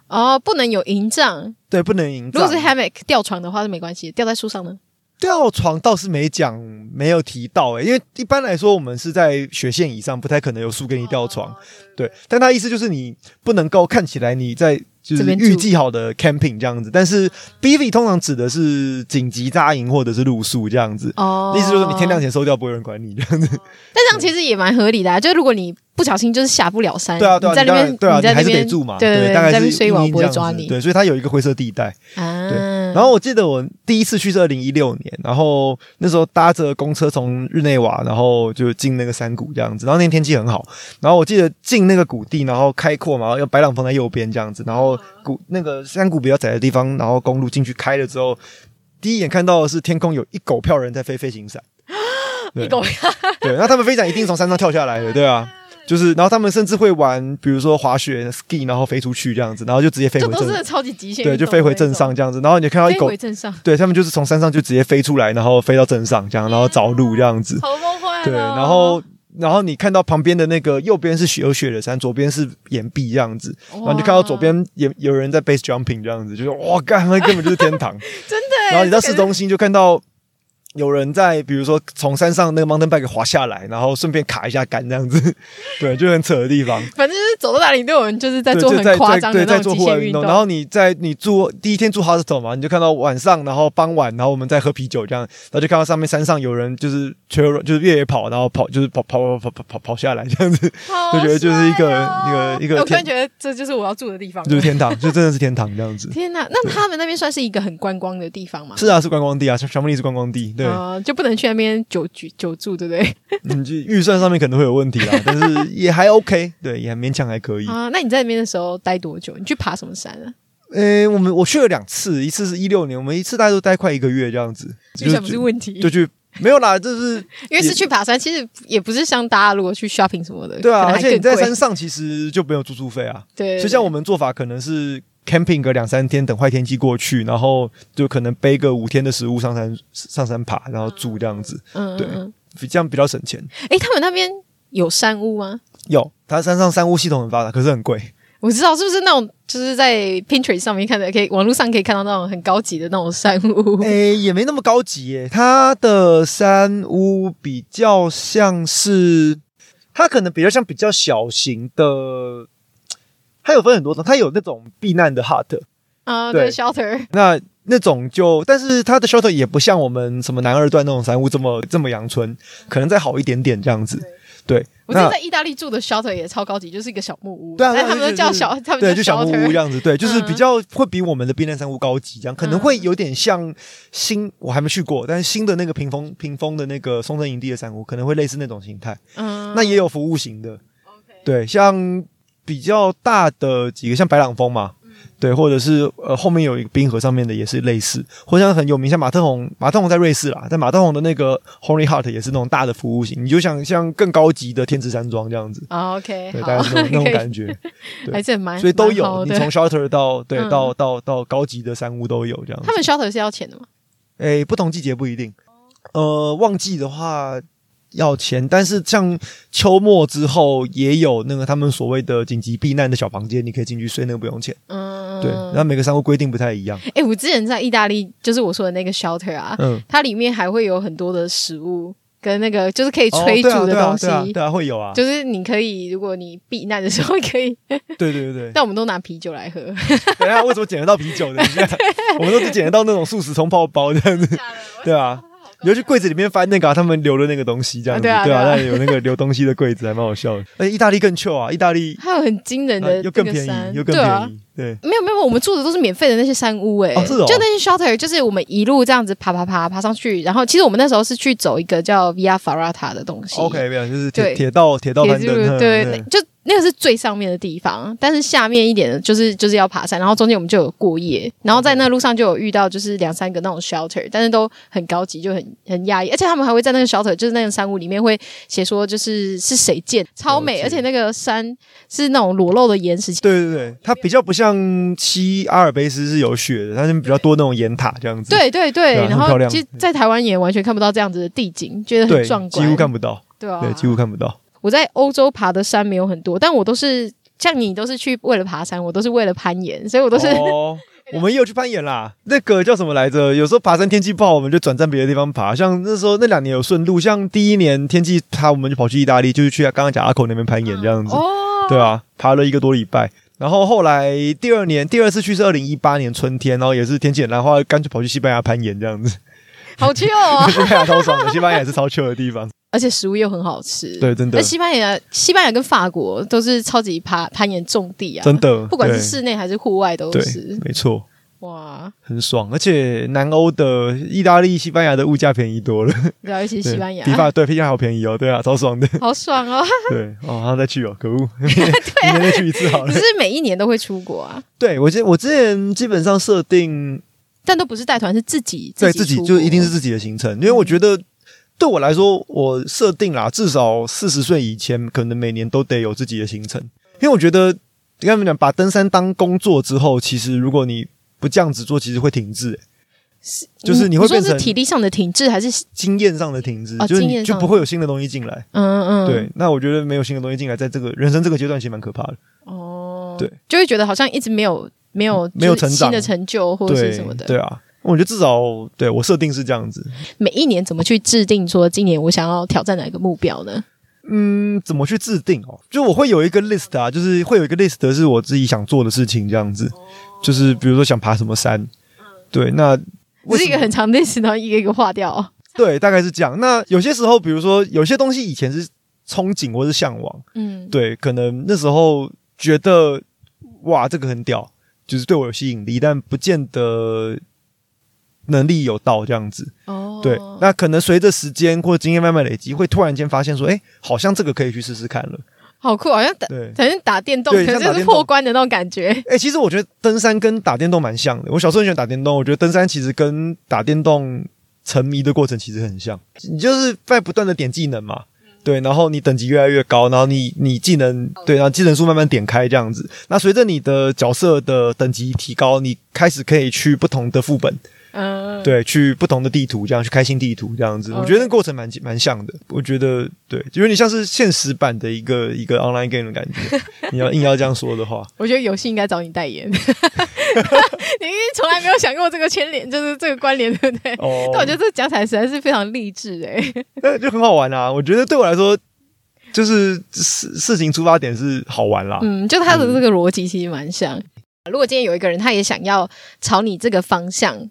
哦，不能有营帐。
对，不能营
如
帐
果是。hammock 吊床的话是没关系，吊在树上呢。
吊床倒是没讲，没有提到欸诶、因为一般来说我们是在雪线以上，不太可能有树给你吊床。
哦
对，但他意思就是你不能够看起来你在就
这
是
边住
预计好的 camping 这样子，但是 BV 通常指的是紧急扎营或者是露宿这样子。
哦，
意思就是你天亮。前收掉，不会有人管你这样子。
但这样其实也蛮合理的啊，就如果你不小心就是下不了山，
对啊，对啊，
哎你在
你当
那边，你在那
然对啊，你还是得
边
住嘛。
对
大
你在那
概是
边睡一晚
阴
不会
这样
抓
子
你
对，所以它有一个灰色地带。
啊。
对然后我记得我第一次去是二零一六年，然后那时候搭着公车从日内瓦，然后就进那个山谷这样子，然后那天天气很好，然后我记得进那个谷地，然后开阔嘛，然后有白朗峰在右边这样子，然后谷那个山谷比较窄的地方，然后公路进去开了之后，第一眼看到的是天空有一狗票人在飞飞行伞，对
你狗
对，那他们飞伞一定从山上跳下来的，对啊。就是，然后他们甚至会玩，比如说滑雪、ski，然后飞出去这样子，然后就直接飞
就
回
都
正，
是超级极限运动的那
对，
种，
就飞回镇上这样子。然后你就看到一
飞
狗
回镇 上，
对他们就是从山上就直接飞出来，然后飞到镇上这样，然后找路这样子。
好梦幻哦
对，然后然后你看到旁边的那个右边是雪有雪的山，左边是岩壁这样子，然后你就看到左边有有人在 base jumping 这样子，就是哇，干，那根本就是天 堂。
真的耶，
然后你到市
这个
中心就看到。有人在，比如说从山上那个 mountain bike 滑下来，然后顺便卡一下杆这 样子，对，就很扯的地方。
反正就是走到哪里都有人就是在
对，
做
就
很夸张的
对，在
那
做
种极
户外
限
运
动，
然后你在你住第一天住 hostel 嘛，你就看到晚上，然后傍晚，然后我们在喝啤酒这样，然后就看到上面山上有人就是 trail 就是越野跑，然后跑就是跑跑跑跑跑跑跑下来这样子，
就
就觉得就是一个一个一个
哦我突然觉
天
得这就是我要住的地方了。
就是天堂，就真的是天堂这样子。
天哪，那他们那边算是一个很观光的地方吗？
是啊，是观光地啊，小木利是观光地，对，
啊，就不能去那边久居久住，对不对？
你就预算上面可能会有问题啦，但是也还 OK，对，也还勉强还可以。
啊，那你在那边的时候待多久？你去爬什么山啊？
诶，我们我去了两次，一次是一六年，我们一次大概都待快一个月这样子，
这
就
不是问题
就，去没有啦，就是
因为是去爬山，其实也不是像大家如果去 shopping 什么的，
对
可
啊，
能
而
还
且你
更
在
贵
山上其实就没有住宿费啊，
对，
所以像我们做法可能是 camping 个两三天，等坏天气过去，然后就可能背个五天的食物上山上山爬，然后住这样子，
嗯，
对
嗯
这样比较省钱。
嗯诶，他们那边有山屋吗？
有，它山上山屋系统很发达，可是很贵。
我知道，是不是那种就是在 Pinterest 上面看的，可以网络上可以看到那种很高级的那种山屋？
诶、也没那么高级耶、它的山屋比较像是，它可能比较像比较小型的。它有分很多种，它有那种避难的 hut，
啊、
对
对，shelter，
那那种就，但是它的 shelter 也不像我们什么南二段那种山屋这么这么阳春，可能再好一点点这样子。对，
我之前
那
在意大利住的 shelter 也超高级，就是一个小木屋，
对啊，
但他们都叫小，他
对，
们
就
叫
小木屋这
shelter。
样子，对，就是
嗯
比较会比我们的避难山屋高级，这样可能
嗯
会有点像新，我还没去过，但是新的那个屏风屏风的那个松针营地的山屋，可能会类似那种形态。
嗯
那也有服务型的，对，像比较大的几个，像白朗峰嘛，
嗯
对，或者是呃后面有一个冰河上面的也是类似，或像很有名，像马特洪，马特洪在瑞士啦，但马特洪的那个 Horny Heart 也是那种大的服务型，你就想像更高级的天池山庄这样子，
啊，OK，
对，大
好
概是那 种那种
觉，
感觉，对
还是很蛮，
所以都
蛮好
有，你
的
从 shelter 到对
嗯
到到到高级的山屋都有这样子
他，们 shelter 是要钱的吗？
诶，不同季节不一定。呃，旺季的话要钱，但是像秋末之后也有那个他们所谓的紧急避难的小房间，你可以进去睡，那个不用钱。
嗯，
对，然后每个商户规定不太一样。
哎，我之前在意大利，就是我说的那个 shelter 啊，
嗯，
它里面还会有很多的食物跟那个就是可以
哦
吹
对啊
煮的
对啊
东西
对，啊，对啊，会有啊。
就是你可以，如果你避难的时候 可以，
对对对对。
但我们都拿啤酒来喝，
等一下，为什么捡得到啤酒呢？等一下我们都只捡得到那种素食冲泡包这样子。对啊，尤其柜子里面翻那个啊、他们留的那个东西这样子。
啊对啊
对
对啊
那有那个留东西的柜子，还蛮好笑的。而且意大利更 chill 啊，意大利、
还有很惊人
呃
的
又更
那个
便
山
宜，又更
对啊
便宜。对。
没有没有，我们住的都是免费的那些山屋哎、
哦是哦
就那些 shelter，就是我们一路这样子爬爬爬爬上去，然后其实我们那时候是去走一个叫 Via Ferrata 的东西
哦 OK，没有，就是铁
对
铁道铁道
铁
攀
之
登，
路
嗯
对，那就那个是最上面的地方，但是下面一点的就是就是要爬山，然后中间我们就有过夜，然后在那路上就有遇到就是两三个那种 shelter，但是都很高级，就很很压抑，而且他们还会在那个 shelter，就是那个山屋里面会写说就是是谁建，超美，
了
而
解
且那个山是那种裸露的岩石墙。
对对对，它比较不像西阿尔卑斯是有雪的，它是比较多那种岩塔这样子，
对对对，
对啊
然
很漂
后
亮
其实，在台湾也完全看不到这样子的地景，觉得
对，
很壮
几
观，
乎看不到，
对啊，
对，几乎看不到。
我在欧洲爬的山没有很多，但我都是像你都是去为了爬山，我都是为了攀岩，所以我都是、
哦， 我们也有去攀岩啦，那个叫什么来着？有时候爬山天气不好，我们就转战别的地方爬。像那时候那两年有顺路，像第一年天气差，我们就跑去意大利，就是去刚刚讲阿口那边攀岩这样子。
哦，
对啊，爬了一个多礼拜。然后后来第二年第二次去是二零一八年春天，然后也是天气很烂，后来干脆跑去西班牙攀岩这样子。
好 chill 哦，
西班牙超爽的，西班牙也是超 chill 的地 方。
而且食物又很好吃。
对，真的
而，西班牙、西班牙跟法国都是超级爬攀岩重地啊，
真的，
不管是
对
室内还是户外都
对
是，
没错，
哇，
很爽。而且南欧的意大利、西班牙的物价便宜多了。
然后尤其
对
西班牙
理，发对，西班牙好便宜哦，对啊，超爽的。
好爽 哦！
对，哦，还要再去哦，可恶， 明年再去一次好
你
了
啊是。每一年都会出国啊，
对我之我之前基本上设定
但都不是带团，是自己
对
自
自己
出
就
国嗯
一定是自己的行程，因为我觉得对我来说，我设定啦，至少四十岁以前，可能每年都得有自己的行程，因为我觉得跟他们讲，把登山当工作之后，其实如果你不这样子做，其实会停滞、欸就是你会
说
变
是
成
体力上的停滞，还是
经验上的停滞，
哦
就是
经验
你就
上
不会有新的东西进来。
嗯嗯
对，那我觉得没有新的东西进来，在这个人生这个阶段其实蛮可怕的。
哦，
对，嗯
就会觉得好像一直没有没有
没有
就是
成
新
长
的成就或者
对
是什么的，
对啊，我觉得至少对我设定是这样子。
每一年怎么去制定说今年我想要挑战哪个目标呢？
嗯，怎么去制定哦？就我会有一个 list 啊，就是会有一个 list 是我自己想做的事情，这样子。就是比如说想爬什么山，对，那
这
为
是一
什
个
么
很长的历史，然后一个一个划掉哦。
对，大概是这样。那有些时候，比如说有些东西以前是憧憬或是向往，
嗯，
对，可能那时候觉得哇，这个很屌，就是对我有吸引力，但不见得能力有到这样子。
哦，
对，那可能随着时间或经验慢慢累积，会突然间发现说，哎、好像这个可以去试试看了。
好酷，好像打，
对，
好像打电动，
对
可能就
像打
是
电动
破关的那种感觉。
哎、其实我觉得登山跟打电动蛮像的。我小时候很喜欢打电动，我觉得登山其实跟打电动沉迷的过程其实很像。你就是在不断的点技能嘛，对，然后你等级越来越高，然后你你技能对，然后技能数慢慢点开这样子。那随着你的角色的等级提高，你开始可以去不同的副本，
嗯，
对，去不同的地图，这样去开新地图，这样子，
OK
我觉得那个过程蛮蛮像的。我觉得对，就有点像是现实版的一个一个 online game 的感觉。你要硬要这样说的话，
我觉得游戏应该找你代 言。你一 定从来没有想过这个牵连，就是这个关联，对不对？
哦，
但我觉得这讲起来实在是非常励志哎、
那就很好玩啊！我觉得对我来说，就是事事情出发点是好玩啦。
嗯，就他的这个逻辑其实蛮像。如果今天有一个人他也想要朝你这个方向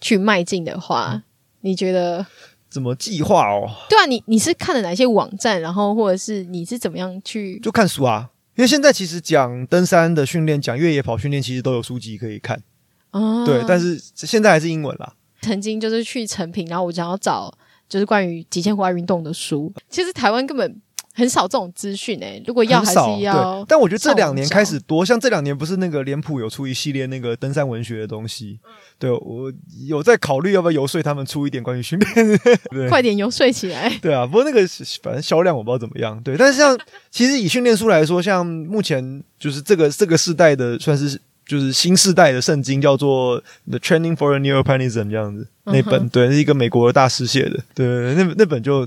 去迈进的
嗯
话，你觉得
怎么计划哦？
对啊？你你是看了哪些网站，然后或者是你是怎么样去？
就看书啊，因为现在其实讲登山的训练、讲越野跑训练，其实都有书籍可以看。
啊
对，但是现在还是英文啦。
曾经就是去成品，然后我想要找就是关于极限户外运动的书，其实台湾根本很少这种资讯哎、如果要
很
还
少
是
对
要，。
但我觉得这两年开始多，像这两年不是那个脸谱有出一系列那个登山文学的东西，
嗯
对我有在考虑要不要游说他们出一点关于训练 的，对
快点游说起 来！
对啊，不过那个是反正销量我不知道怎么样。对，但是像其实以训练书来说，像目前就是这个这个世代的算是就是新世代的圣经，叫做《The Training for a Neopanism》这样子
嗯哼
那本，对，是一个美国的大师写的，对对，对那那本就。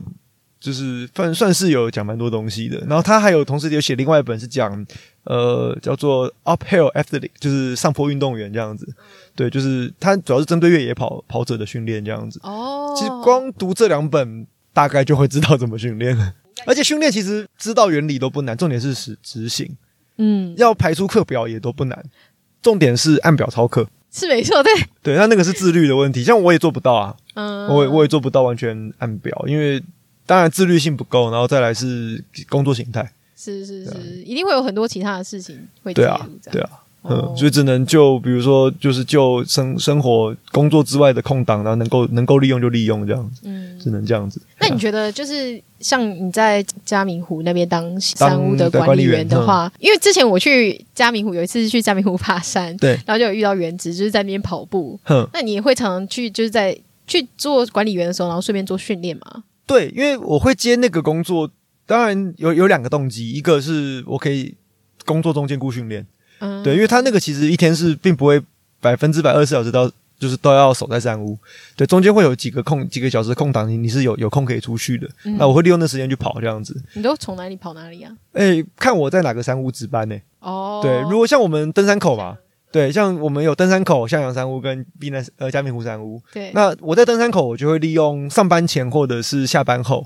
就是算算是有讲蛮多东西的，然后他还有同时有写另外一本是讲，呃，叫做 uphill athletic，就是上坡运动员这样子，
嗯
对，就是他主要是针对越野跑跑者的训练这样子。
哦，
其实光读这两本，大概就会知道怎么训练 了。而且训练其实知道原理都不难，重点是实执行，
嗯
要排出课表也都不难，重点是按表操课。
是没错，对，
对，那那个是自律的问题，像我也做不到啊，
嗯，
我也我也做不到完全按表，因为当然自律性不够，然后再来是工作形态，
是是是，一定会有很多其他的事情会介入
啊对啊，
这样
对啊，
哦
嗯，所以只能就比如说就是就生生活工作之外的空档，然后能够能够利用就利用这样子，
嗯，
只能这样子。啊
那你觉得就是像你在嘉明湖那边当山
当
屋的
的
管
管
理
理
员
员嗯
的话，因为之前我去嘉明湖有一次是去嘉明湖爬山，
对
然后就有遇到原职，就是在那边跑步。
哼，
那你也会常常去就是在去做管理员的时候，然后顺便做训练嘛？
对，因为我会接那个工作，当然有有两个动机，一个是我可以工作中兼顾训练，
嗯，
对，因为他那个其实一天是并不会百分之百二十四小时到就是都要守在山屋，对，中间会有几个空几个小时的空档，你你是有有空可以出去的。
嗯
那我会利用那时间去跑这样子。
你都从哪里跑哪里啊？
哎、看我在哪个山屋值班呢、
哦，
对，如果像我们登山口嘛，对，像我们有登山口、向阳山屋跟避难呃嘉明湖山屋。
对，
那我在登山口，我就会利用上班前或者是下班后，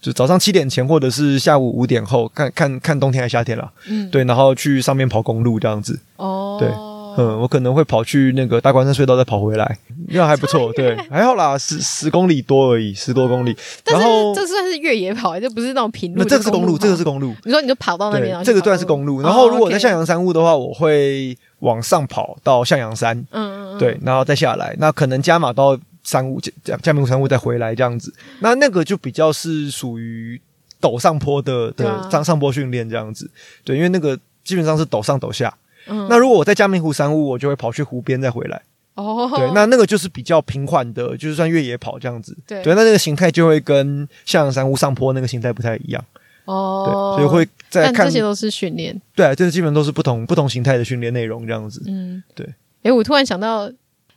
就早上七点前或者是下午五点后，看看看冬天还是夏天啦。
嗯，
对，然后去上面跑公路这样子。
哦，
对嗯，我可能会跑去那个大关山隧道再跑回来，那还不错，对，还好啦，十十公里多而已，十多公里。
但
然后
是这算是越野跑，这不是那种平路，
那这个是公
公
路，这个是
跑。
公路，
你说你就跑到那边，然后
对，这个
就跑
段是公路。
哦
然后如果在
OK
向阳山屋的话，我会往上跑到向阳山，
嗯嗯嗯，
对，然后再下来，那可能加码到山屋，加加明山屋再回来这样子。那那个就比较是属于陡上坡的
对
的
啊
上上坡训练这样子，对，因为那个基本上是陡上陡下。
嗯，
那如果我在嘉明湖山屋，我就会跑去湖边再回来。
哦，
对，那那个就是比较平缓的，就是算越野跑这样子。
对
那那个形态就会跟向阳山屋上坡那个形态不太一样。对，
哦，
所以会再
但
看
这些都是训练，
对啊，这基本都是不同不同形态的训练内容这样子。
嗯，
对。？
哎，我突然想到，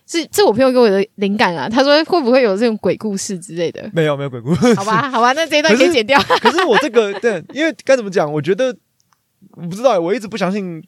是是我朋友给我的灵感啊，他说会不会有这种鬼故事之类的
没有没有鬼故
好吧，好吧，那这一段
可
可
是
以剪掉。
可是我这个 对，因为该怎么讲，我觉得我不知道欸，我一直不相信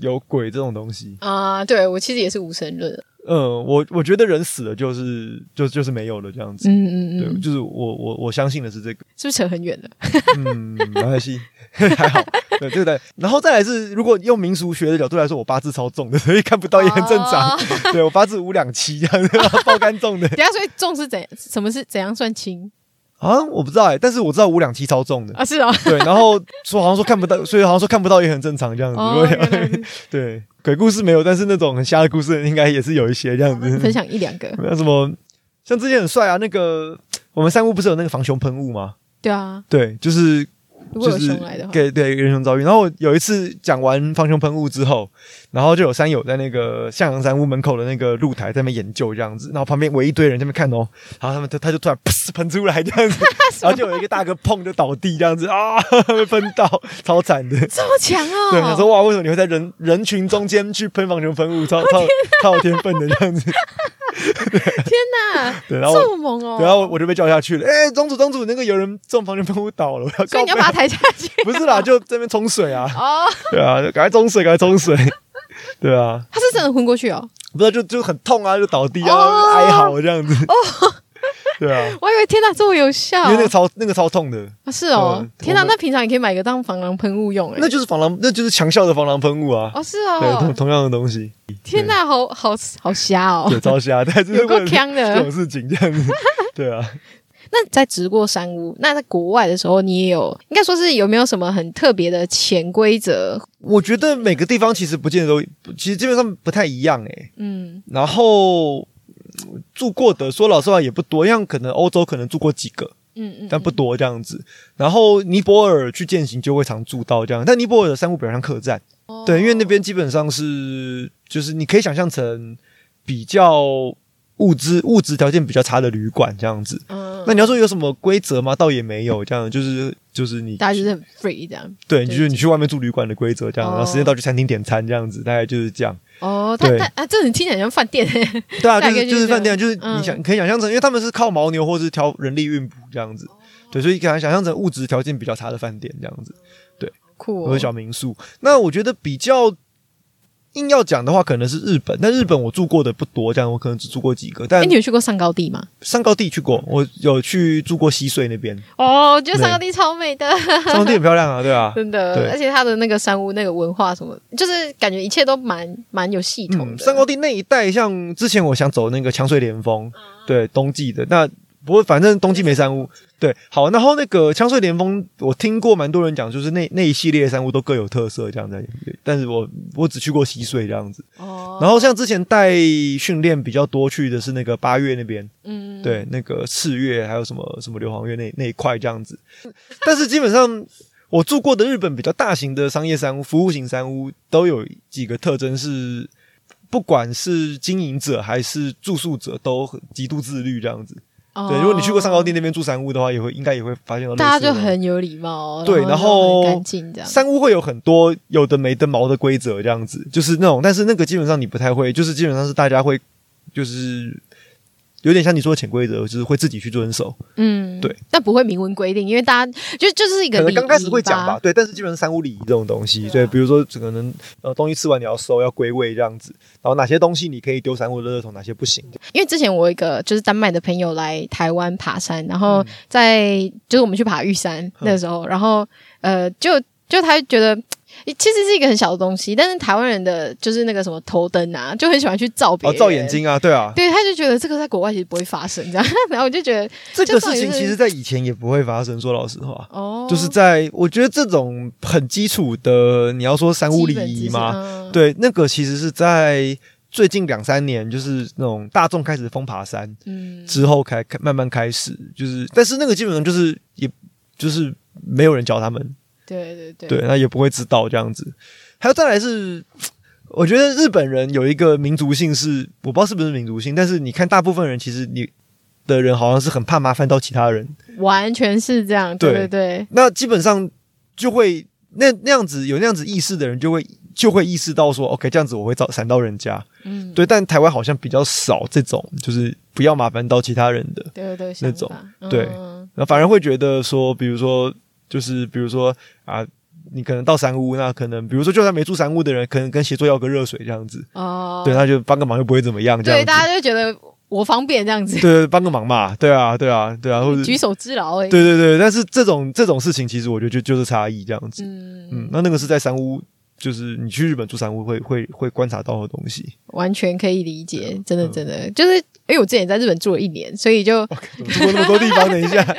有鬼这种东西。
啊、对我其实也是无神论。
嗯，我我觉得人死了就是就就是没有了这样子。
嗯嗯
对，
嗯，
就是我我我相信的是这个。
是不是扯很远了？
嗯，没关系， 还好，对对不对？然后再来是，如果用民俗学的角度来说，我八字超重的， 所以看不到也很正常。
哦
对我八字五两七这样 子，爆肝重的
等一下，所以重是怎什么是怎样算 轻
啊，我不知道哎、但是我知道五两七超重的。
啊？是哦，
对，然后说好像说看不到，所以好像说看不到也很正常这样子。
哦
如果有
原来如
对，鬼故事没有，但是那种很瞎的故事应该也是有一些这样
分
子。
享一两个。
那什么，像之前很帅啊，那个我们三屋不是有那个防熊喷雾吗？
对啊，
对，就是
如果
就
有
是
熊来的话，
给对人熊遭遇。然后我有一次讲完方熊喷雾之后，然后就有山友在那个向阳山屋门口的那个露台在那边研究这样子，然后旁边围一堆人在那边看哦，然后他们就他就突然噗喷出来这 样子，然后就有一个大哥砰就倒地这样子啊， 被喷到，超惨的。
这么强哦！
对，他说哇，为什么你会在人人群中间去喷防熊喷雾，超超超有天分的这样子。
天哪，
对，然后我
这么猛哦！
对啊然后我我就被叫下去了，哎、宗主宗主，那个有人中防熊喷雾倒了，我要
所以
告
你要
白
把他抬下去
不是啦，就这边冲水啊。
哦。
对啊，就赶快冲水，赶快冲水。 对啊，
他是真的昏过去哦，
不知道就就很痛啊，就倒地啊，
哦
哀嚎这样子。对啊，
我还以为天哪，这么有效
因为那个超那个超痛的，
啊是哦
嗯！
天哪，
我们
那平常也可以买个当防狼喷雾用哎
那。就是防狼，那就是强效的防狼喷雾啊。
哦是
对，同
哦，
同样的东西，
天哪，好好好瞎哦！
对，超瞎，但是
有够
为了
呛的
这种事情这样子，对啊，
那在直过山屋，那在国外的时候，你也有应该说是有没有什么很特别的潜规则？
我觉得每个地方其实不见得都，其实基本上不太一样诶、欸
嗯，
然后嗯住过的，说老实话也不多，像可能欧洲可能住过几个，
嗯嗯，
但不多这样子。然后尼泊尔去践行就会常住到这样，但尼泊尔的山屋比较像客栈，
哦
对，因为那边基本上是就是你可以想象成比较物资物质条件比较差的旅馆这样子。
嗯，
那你要说有什么规则吗？倒也没有，这样就是就是你
大家就是很 free 这样。
对，就是你去外面住旅馆的规则这样，
哦
然后时间到去餐厅点餐这样子，大概就是这样。
哦，他
对
他啊，这你听起来像饭店
对啊，
大
就
概
是
就
就是是
这
饭
样
店，
嗯
就是你想可以想象成，因为他们是靠牦牛或是挑人力运补这样子，
哦
对，所以可以想象成物质条件比较差的饭店这样子，
酷
或者
哦。
小民宿。那我觉得比较硬要讲的话，可能是日本，但日本我住过的不多，这样我可能只住过几个，
哎，
但
你有去过上高地吗？
上高地去过，我有去住过西隧那边，
哦，我觉得
对
上高地超美的，。
上高地很漂亮啊，对啊
真的
对，
而且它的那个山屋那个文化什么，就是感觉一切都蛮蛮有系统
嗯，
的。
上高地那一带，像之前我想走那个强水连峰，对，冬季的那不过反正啊冬季没山屋，对，好，然后那个强水连峰，我听过蛮多人讲，就是那那一系列山屋都各有特色这样子，但是我我只去过西隧这样子，
哦，
然后像之前带训练比较多去的是那个八月那边，
嗯，
对，那个赤月还有什么什么硫磺月那那一块这样子，但是基本上。我住过的日本比较大型的商业山屋、服务型山屋都有几个特征是，不管是经营者还是住宿者都很极度自律这样子。
哦
对，如果你去过上高地，那边住山屋的话，也会应该也会发现到类似的
大家就很有礼貌，
对
然
然后
后就很干净这样。
山屋会有很多有的没的毛的规则这样子，就是那种，但是那个基本上你不太会，就是基本上是大家会就是有点像你说的潜规则，就是会自己去遵守。
嗯，
对，
但不会明文规定，因为大家就就是一个
可能
礼
刚开始会讲
吧啊
吧，，对，但是基本上三五礼仪这种东西，对，比如说可能呃东西吃完你要收，要归位这样子，然后哪些东西你可以丢散物垃圾桶，哪些不行，
因为之前我有一个就是丹麦的朋友来台湾爬山，然后在、就是我们去爬玉山那时候，然后呃，就就他觉得。其实是一个很小的东西，但是台湾人的就是那个什么头灯啊，就很喜欢去照别
哦，
人、
照眼。睛啊，对啊，
对，他就觉得这个在国外其实不会发生这样， 然后我就觉得
这
这
个
到
事
底
情
是
其实在以前也不会发生，说老实话。
哦，
就是在我觉得这种很基础的，你要说三五礼仪
嘛，
嘛，
嗯，
对，那个其实是在最近两三年，就是那种大众开始疯爬山
嗯，
之后开开慢慢开始，就是但是那个基本上就是也就是没有人教他们，
对对对，
对，那也不会知道这样子。还有再来是，我觉得日本人有一个民族性是，我不知道是不是民族性，但是你看大部分人其实你的人好像是很怕麻烦到其他人，
完全是这样，对
对
对对，
那基本上就会那那样子有那样子意识的人就会就会意识到说，OK，这样子我会找闪到人家。
嗯，
对，但台湾好像比较少这种，就是不要麻烦到其他人的，
对对对，
那
想
种
法
对
嗯
那反而会觉得说，比如说就是比如说啊。你可能到山屋，那可能比如说，就算没住山屋的人，可能跟协作要个热水这样子，
哦，
对，他就帮个忙又不会怎么样，这样
对，
子，
大家就觉得我方便这样子，
对对，帮个忙嘛，对啊，对啊，对啊，或者
举手之劳而已。
对对对，但是这种这种事情，其实我觉得就就是差异这样子，
嗯，
嗯，那那个是在山屋，就是你去日本住山屋会会会观察到的东西。
完全可以理解，真的真的，就是因为我之前也在日本住了一年，所以 就
怎么住过那么多地方？等一下， 好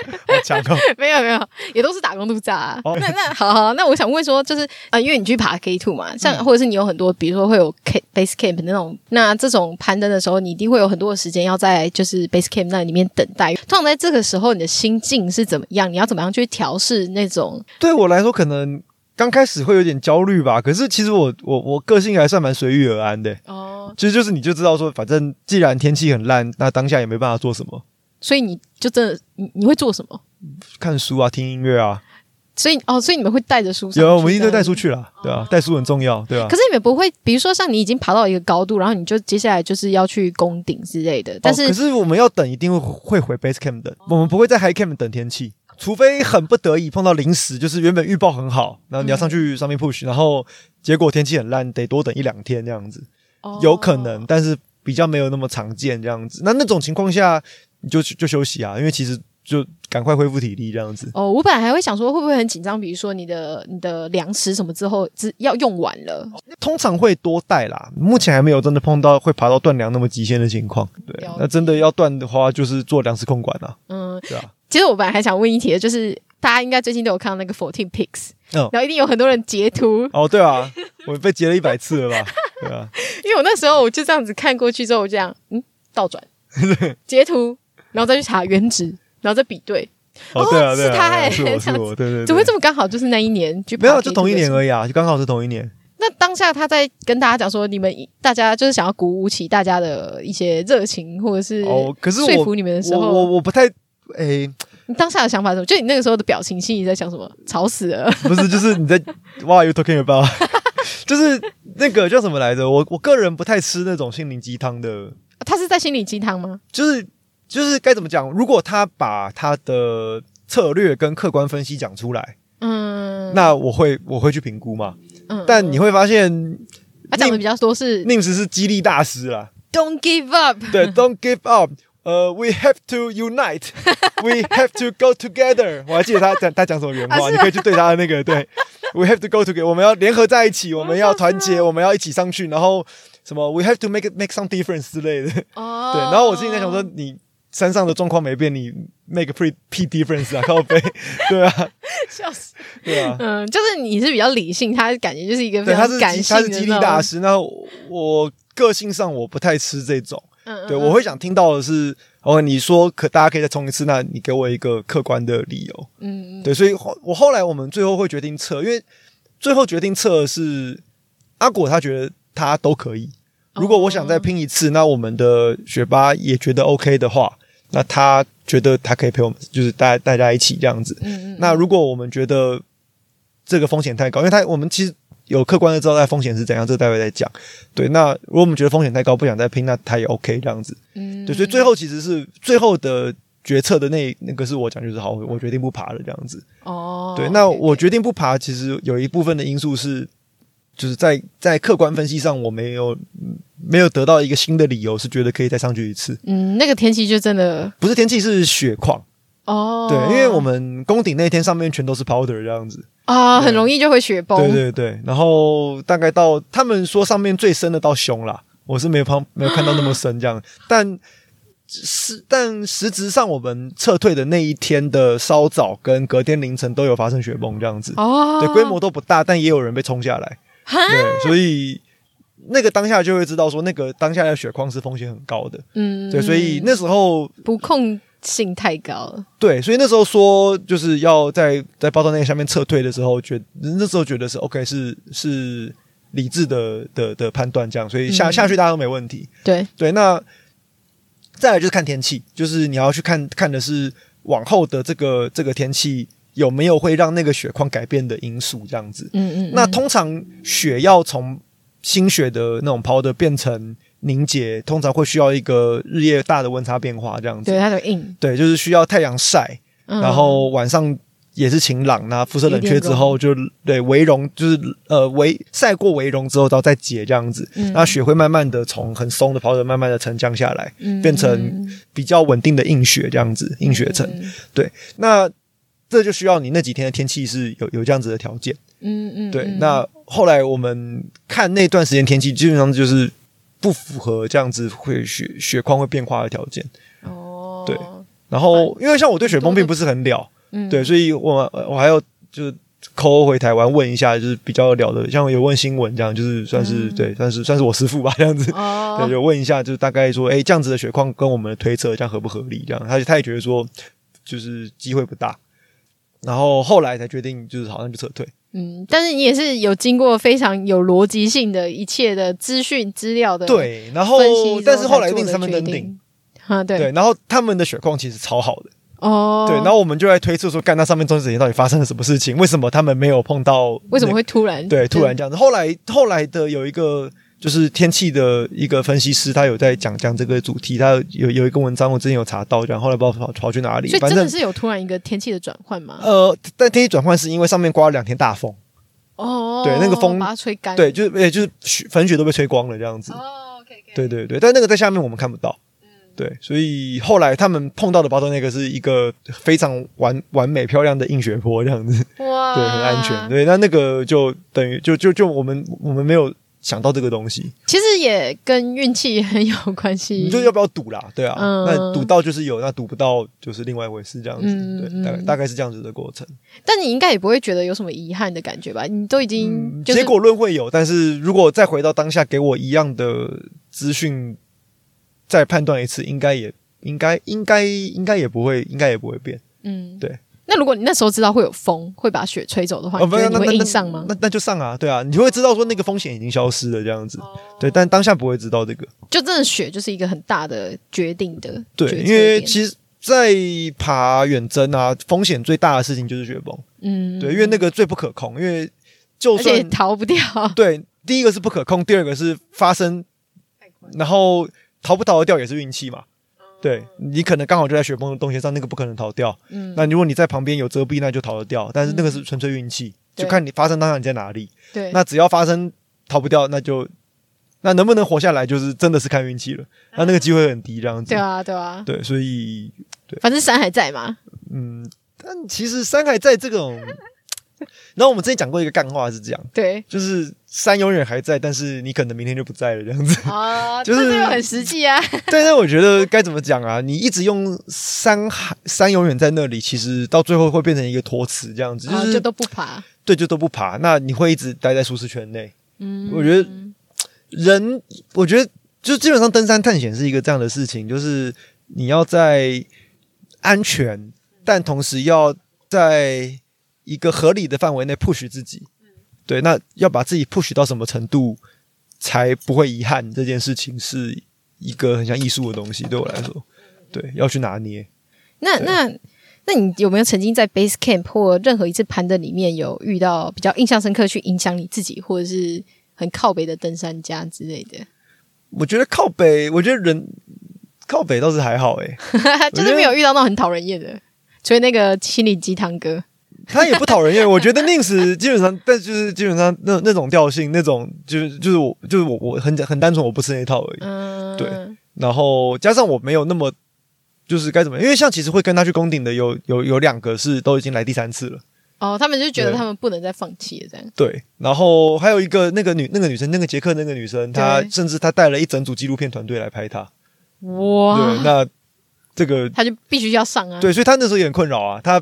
强哦！
没有没有，也都是打工度假啊。
哦
那那好好，那我想问说，就是呃，因为你去爬 K two
嗯
嘛，像、或者是你有很多，比如说会有 K base camp 那种，那这种攀登的时候，你一定会有很多的时间要在就是 base camp 那里面等待。通常在这个时候，你的心境是怎么样？你要怎么样去调试那种？
对我来说，可能刚开始会有点焦虑吧。可是其实我我我个性还算蛮随遇而安的。
哦，
其实就是你就知道说，反正既然天气很烂，那当下也没办法做什么，
所以你就真的你你会做什么？
看书啊，听音乐啊。
所以哦，所以你们会带着书上去？
有，我们一定
这
带
样子
书去了，对啊，带书很重要，对啊
可。是你们不会，比如说像你已经爬到一个高度，然后你就接下来就是要去攻顶之类的，但
哦
是、
可是我们要等，一定会会回 base camp 等，我们不会在 high camp 等天气，除非很不得已碰到临时，就是原本预报很好，然后你要上去上面 push，、然后结果天气很烂，得多等一两天这样子，
哦
有可能，但是比较没有那么常见这样子。那那种情况下，你就就休息啊，因为其实就赶快恢复体力这样子。
哦。我本来还会想说会不会很紧张，比如说你的你的粮食什么之后只要用完了，
通常会多带啦，目前还没有真的碰到会爬到断粮那么极限的情况。对
了解，
那真的要断的话，就是做粮食控管啊，
嗯，
对啊。
其实我本来还想问一题的，就是大家应该最近都有看到那个 Fourteen Pics，、
嗯
然后一定有很多人截图，
哦，对啊，我被截了一百次了吧？对啊。
因为我那时候我就这样子看过去之后，我就这样嗯倒 转截图，然后再去查原值，然后再比对，
哦
哦，
对啊，
是
对啊，
他
对啊
欸
是
这
我
样
是我，对对对，
怎么会这么刚好就是那一年去爬
没有，就
K2
同一
的时
年
候
而已啊，就刚好是同一年。
那当下他在跟大家讲说，你们大家就是想要鼓舞起大家的一些热情，或者是
哦，可是
说服
我
你们的时
我
候，
我我不太，哎诶，
你当下的想法是什么？就你那个时候的表情，心里在想什么？啊吵死了！
不是，就是你在 哇，you talking about，就是那个叫什么来着？我我个人不太吃那种心灵鸡汤的，
他是在心理鸡汤吗？
就是就是该怎么讲？如果他把他的策略跟客观分析讲出来，
嗯，
那我会我会去评估嘛。
嗯
但你会发现，
他讲的比较多是
宁时是激励大师啦。
“Don't give up”，
对，Don't give up。呃，We have to unite. We have to go together. 我还记得他讲他讲什么原
啊是
话，
吗
你可以去对他的那个对。We have to go together. 我们要联合在一起，我们要团
哦啊
结，我们要一起上去。然后什么？We have to make make some difference 之类的。对。
哦，
然后我心里在想说，你山上的状况没变，你 make a pretty p difference 啊，靠背。 对啊，
笑死，
对啊。
嗯，就是你是比较理性，他感觉就是一个非
对，他
常
是
感
激
性
他
的
是激励
那种
大，师。那我我个性上我不太吃这种。
嗯，嗯
对，我会想听到的是，哦，你说可大家可以再冲一次，那你给我一个客观的理由。
嗯嗯
对，所以后我后来我们最后会决定撤，因为最后决定撤的是阿果，他觉得他都可以。
哦
如果我想再拼一次，那我们的学霸也觉得 OK 的话，那他觉得他可以陪我们，就是大家大家一起这样子。
嗯嗯，
那如果我们觉得这个风险太高，因为他我们其实有客观的知道在风险是怎样，这个待会再讲。对，那如果我们觉得风险太高，不想再拼，那他也 OK 这样子。
嗯，
对，所以最后其实是最后的决策的那那个是我讲，就是好，我决定不爬了这样子。
哦，
对，那
OK，
我决定不爬，其实有一部分的因素是，就是在在客观分析上，我没有嗯没有得到一个新的理由，是觉得可以再上去一次。
嗯，那个天气就真的
不是天气，是雪况。
哦，
对，因为我们宫顶那天上面全都是 powder 这样子。
啊，
对
很容易就会雪崩，
对对对，然后大概到他们说上面最深的到胸啦，我是没有看没有看到那么深这样，但是但实质上我们撤退的那一天的稍早跟隔天凌晨都有发生雪崩这样子，
哦，
对，规模都不大，但也有人被冲下来，
哈，
对，所以。那个当下就会知道说，那个当下的雪况是风险很高的，
嗯，
对，所以那时候
不控性太高了，
对，所以那时候说就是要在在报道那个下面撤退的时候，觉那时候觉得是 OK，是是理智的的的判断这样，所以下、
嗯
下去大家都没问题。
对，
对，那再来就是看天气，就是你要去看看的是往后的这个这个天气有没有会让那个雪况改变的因素这样子。
嗯嗯，
那
嗯
通常雪要从新雪的那种 powder 变成凝结，通常会需要一个日夜大的温差变化这样子
对。它就硬，
对，就是需要太阳晒，
嗯
然后晚上也是晴朗，那辐射冷却之后就对微融，就是呃微晒过微融之后，然后再结这样子，
嗯
那雪会慢慢的从很松的跑者慢慢的沉降下来，
嗯
变成
嗯
比较稳定的硬雪这样子，硬雪层。
嗯
那这就需要你那几天的天气是有有这样子的条件。
嗯嗯，
对，
嗯
那后来我们看那段时间天气，基本上就是不符合这样子会雪雪况会变化的条件。
哦，
对然后，因为像我对雪崩并不是很了，
嗯
对，所以我呃我还要就是抠回台湾问一下，就是比较了的，像有问新闻这样，就是算是、
嗯
对，算是算是我师傅吧这样子，
哦，
对，就问一下，就是大概说，哎，这样子的雪况跟我们的推测这样合不合理？这样，他他也觉得说，就是机会不大，然后后来才决定，就是好像就撤退。
嗯，但是你也是有经过非常有逻辑性的一切的资讯资料的
对，然后
分析之后才做的决定，
但是后来又定他们登顶，
啊，对
对，然后他们的雪况其实超好的，
哦，
对，然后我们就在推测说，干那上面中间到底发生了什么事情？为什么他们没有碰到？
为什么会突然
对，突然这样子。后来后来的有一个就是天气的一个分析师，他有在讲讲这个主题，他有有一个文章，我之前有查到，然后后来不知道跑跑去哪里
所，以
反
真的
正
是有突然一个天气的转换吗？
呃，但天气转换是因为上面刮了两天大风，
哦，
对那个风
把它吹干，
对，就是也哎就是雪粉雪都被吹光了这样子，
哦，OK 嗯 OK，
对对对，但那个在下面我们看不到。对，所以后来他们碰到的巴顿那个是一个非常完完美漂亮的硬雪坡这样子，
哇，
对，很安全。。对，那那个就等于就就就我们我们没有想到这个东西，
其实也跟运气很有关系，
你就要不要赌啦？对啊，
嗯
那赌到就是有，那赌不到就是另外一回事，这样子，
嗯
对，
嗯
大概大概是这样子的过程。
但你应该也不会觉得有什么遗憾的感觉吧？你都已经
嗯
就是
结果论会有，但是如果再回到当下，给我一样的资讯，再判断一次，应该也应该应该应该也不会，应该也不会变。
嗯，
对。
那如果你那时候知道会有风，会把雪吹走的话，
哦，
你觉
不
得
那
你
那
会
那
硬上吗？
那那就上啊，对啊，你会知道说那个风险已经消失了这样子，对，
哦
但当下不会知道这个。
就真的雪就是一个很大的决定的
对
决，策
因为
点
其实，在爬远征啊，风险最大的事情就是雪崩。
嗯，
对，因为那个最不可控，因为就
而且也
算
逃 不掉，
对，第一个是不可控，第二个是发生，然后逃不逃得掉也是运气嘛。
哦
对你可能刚好就在雪崩的洞穴上，那个不可能逃掉。
嗯，
那如果你在旁边有遮蔽，那就逃得掉。但是那个是纯粹运气，
对
就看你发生当下你在哪里。
嗯对，
那只要发生逃不掉，那就那能不能活下来，就是真的是看运气了。那那个机会很低，这样
嗯
子
对。啊，对啊，
对，所以
反正山还在嘛，
嗯，但其实山还在这 种，然后我们之前讲过一个干话是这样，
对
就是山永远还在，但是你可能明天就不在了这 样子。
啊，
就是
这个很实际啊，
但是我觉得该怎么讲啊？你一直用山海山永远在那里，其实到最后会变成一个托词这样子，就
啊
是、
就都不爬，
对就都不爬，那你会一直待在舒适圈内。
嗯，
我觉得人，我觉得就基本上登山探险是一个这样的事情，就是你要在安全，但同时要在一个合理的范围内 push 自己。对，那要把自己 push 到什么程度，才不会遗憾？这件事情是一个很像艺术的东西，对我来说，对，要去拿捏。啊
那那那你有没有曾经在 Base Camp 或任何一次攀登里面有遇到比较印象深刻去影响你自己，或者是很靠北的登山家之类的？
我觉得靠北，我觉得人靠北倒是还好欸诶，
就是没有遇到那种很讨人厌的，除了那个心理鸡汤哥。
他也不讨人厌。我觉得 Nix 基本上，但就是基本上那那种调性，那种就是就是我就是我我很很单纯，我不吃那一套而已。
嗯，
对然后加上我没有那么就是该怎么，因为像其实会跟他去攻顶的有有有两个是都已经来第三次了，
哦，他们就觉得
对
他们不能再放弃了，这样。
对。然后还有一个那个女那个女生那个捷克那个女生，她
对
甚至她带了一整组纪录片团队来拍她。对，
哇，
那这个
他就必须要上啊。
对，所以他那时候也很困扰啊。他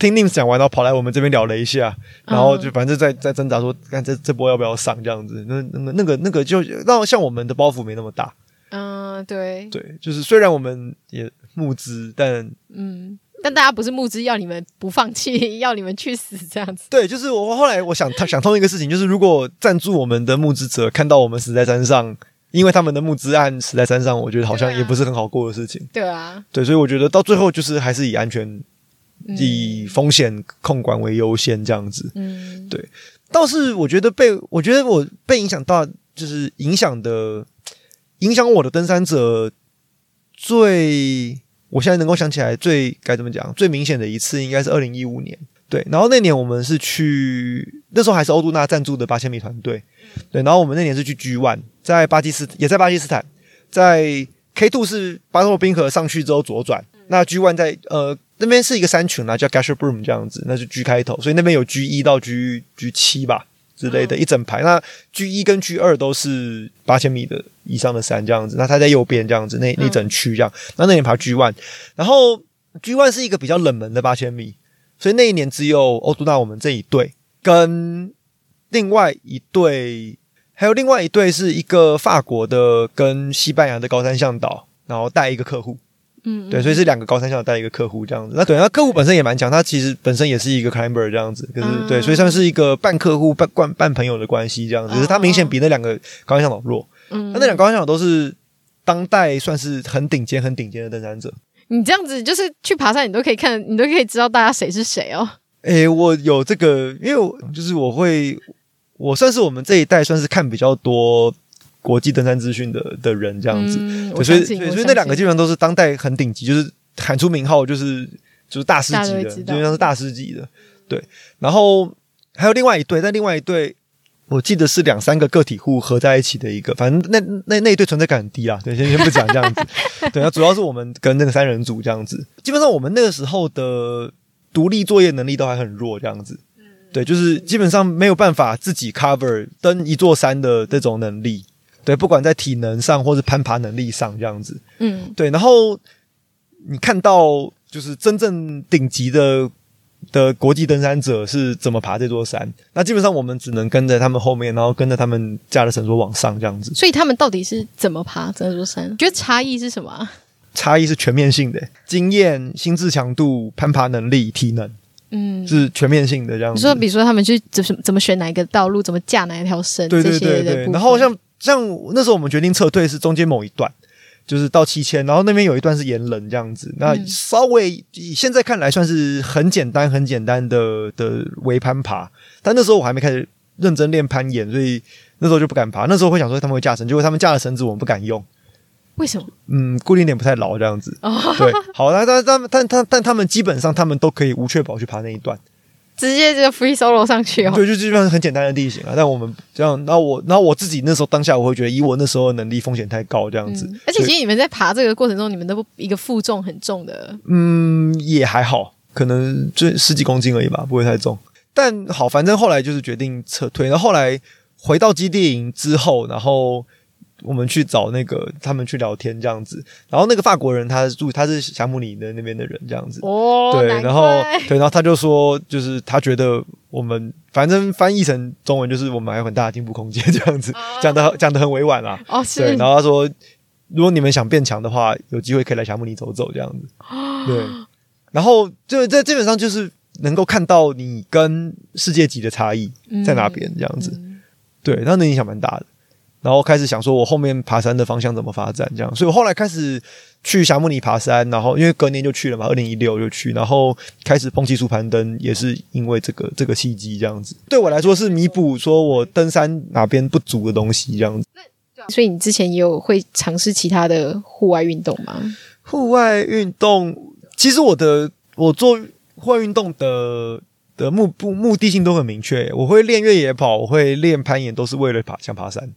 听 Nix 讲完，然后跑来我们这边聊了一下，
嗯
然后就反正在在挣扎说，看这这波要不要上这样子。那那个那个那个就让像我们的包袱没那么大。
嗯，嗯，对，
对，就是虽然我们也募资，但
嗯，但大家不是募资要你们不放弃， 要你们去死这样子。
对，就是我后来我想他想通一个事情，就是如果赞助我们的募资者看到我们死在山上。因为他们的募资案死在山上，我觉得好像
对啊
也不是很好过的事情。
对啊，
对，所以我觉得到最后就是还是以安全、
嗯
以风险控管为优先这样子。
嗯，
对倒是我觉得被我觉得我被影响到，就是影响的影响我的登山者最，我现在能够想起来最该怎么讲最明显的一次，应该是二零一五年。对，然后那年我们是去，那时候还是欧杜娜赞助的八千米团队，对，然后我们那年是去 G One，在巴基斯也在巴基斯坦，在 K Two 是巴托冰河上去之后左转，那 G One 在呃那边是一个山群啦、叫 Gasher Broom 这样子，那是 G 开头，所以那边有 G 一到 G G 七吧之类的，一整排。那 G 一跟 G 二都是八千米的以上的山这样子，那它在右边这样子，那那一整区这样。那那年爬 G One，然后 G One 是一个比较冷门的八千米，所以那一年只有欧杜娜我们这一队跟另外一队，还有另外一队是一个法国的跟西班牙的高山向导，然后带一个客户。
嗯，嗯
对，所以是两个高山校带一个客户这样子。那对，那客户本身也蛮强，他其实本身也是一个 climber 这样子，可是、
嗯
对，所以算是一个半客户半半半朋友的关系这样子。只是他明显比那两个高山向导弱，
啊嗯
那那两个高山向导都是当代算是很顶尖、很顶尖的登山者。
你这样子就是去爬山，你都可以看，你都可以知道大家谁是谁哦。
诶，我有这个，因为我就是我会，我算是我们这一代算是看比较多国际登山资讯的的人这
这
样子。
嗯、
对，
我
所以
相信
所以
我
所以
相
那两个基
信
本上都是当代很顶级，就是喊出名号就是就是大师
大家
级
都会
的，
知
基本
道
上是大师级的。对，然后还有另外一对，但另外一对我记得是两三个个体户合在一起的一个，反正那那那一对存在感很低啦。对，先先不讲这 样子。对，那主要是我们跟那个三人组这样子，基本上我们那个时候的独立作业能力都还很弱，这样子。对，就是基本上没有办法自己 cover 登一座山的这种能力，对，不管在体能上或是攀爬能力上这样子，
嗯
对。然后你看到就是真正顶级的的国际登山者是怎么爬这座山，那基本上我们只能跟着他们后面，然后跟着他们架着绳索往上这样子，
所以他们到底是怎么爬这座山？你觉得差异是什么啊、
差异是全面性的，经验、心智强度、攀爬能力、体能
嗯，
是全面性的这样
你
子。
说，比如说他们去怎么怎么选哪一个道路，怎么架哪一条绳，
对对
这
对
些的
对
部，分
然后像像那时候我们决定撤退是中间某一段，就是到七千，然后那边有一段是岩冷这样子，那
嗯
稍微以现在看来算是很简单很简单的的围攀爬，但那时候我还没开始认真练攀岩，所以那时候就不敢爬。那时候会想说他们会架绳，结果他们架的绳子我们不敢用，
为什么？
嗯，固定点不太牢这样子。
哦，
对，好，那但但但但但他们基本上他们都可以无确保去爬那一段。
直接就 free solo 上去哦。
对，就基本上是很简单的地形啊。但我们这样，那我，然后我自己那时候当下，我会觉得以我那时候的能力，风险太高这样子。
嗯而且
所以
其实你们在爬这个过程中，你们都一个负重很重的，
嗯，也还好，可能就十几公斤而已吧，不会太重。但好，反正后来就是决定撤退。然后后来回到基地营之后，然后我们去找那个他们去聊天这样子。然后那个法国人他住他是霞姆里的那边的人这样子。
哦，
对，
难
然后
怪
对，然后他就说，就是他觉得我们反正翻译成中文就是我们还有很大的进步空间，这样子讲的讲的很委婉啦。
哦
对，
是
然，后他说，如果你们想变强的话，有机会可以来霞慕尼走走这样子。
哦
对，然后就这基本上就是能够看到你跟世界级的差异在哪边这样子。
嗯
对，那那影响蛮大的。然后开始想说我后面爬山的方向怎么发展这样，所以我后来开始去霞慕尼爬山，然后因为隔年就去了嘛，二零一六就去，然后开始碰技术攀登，也是因为这个这个契机这样子，对我来说是弥补说我登山哪边不足的东西这样子。
所以你之前也有会尝试其他的户外运动吗？
户外运动，其实我的我做户外运动的的目目目的性都很明确，我会练越野跑，我会练攀岩，都是为了爬想爬山。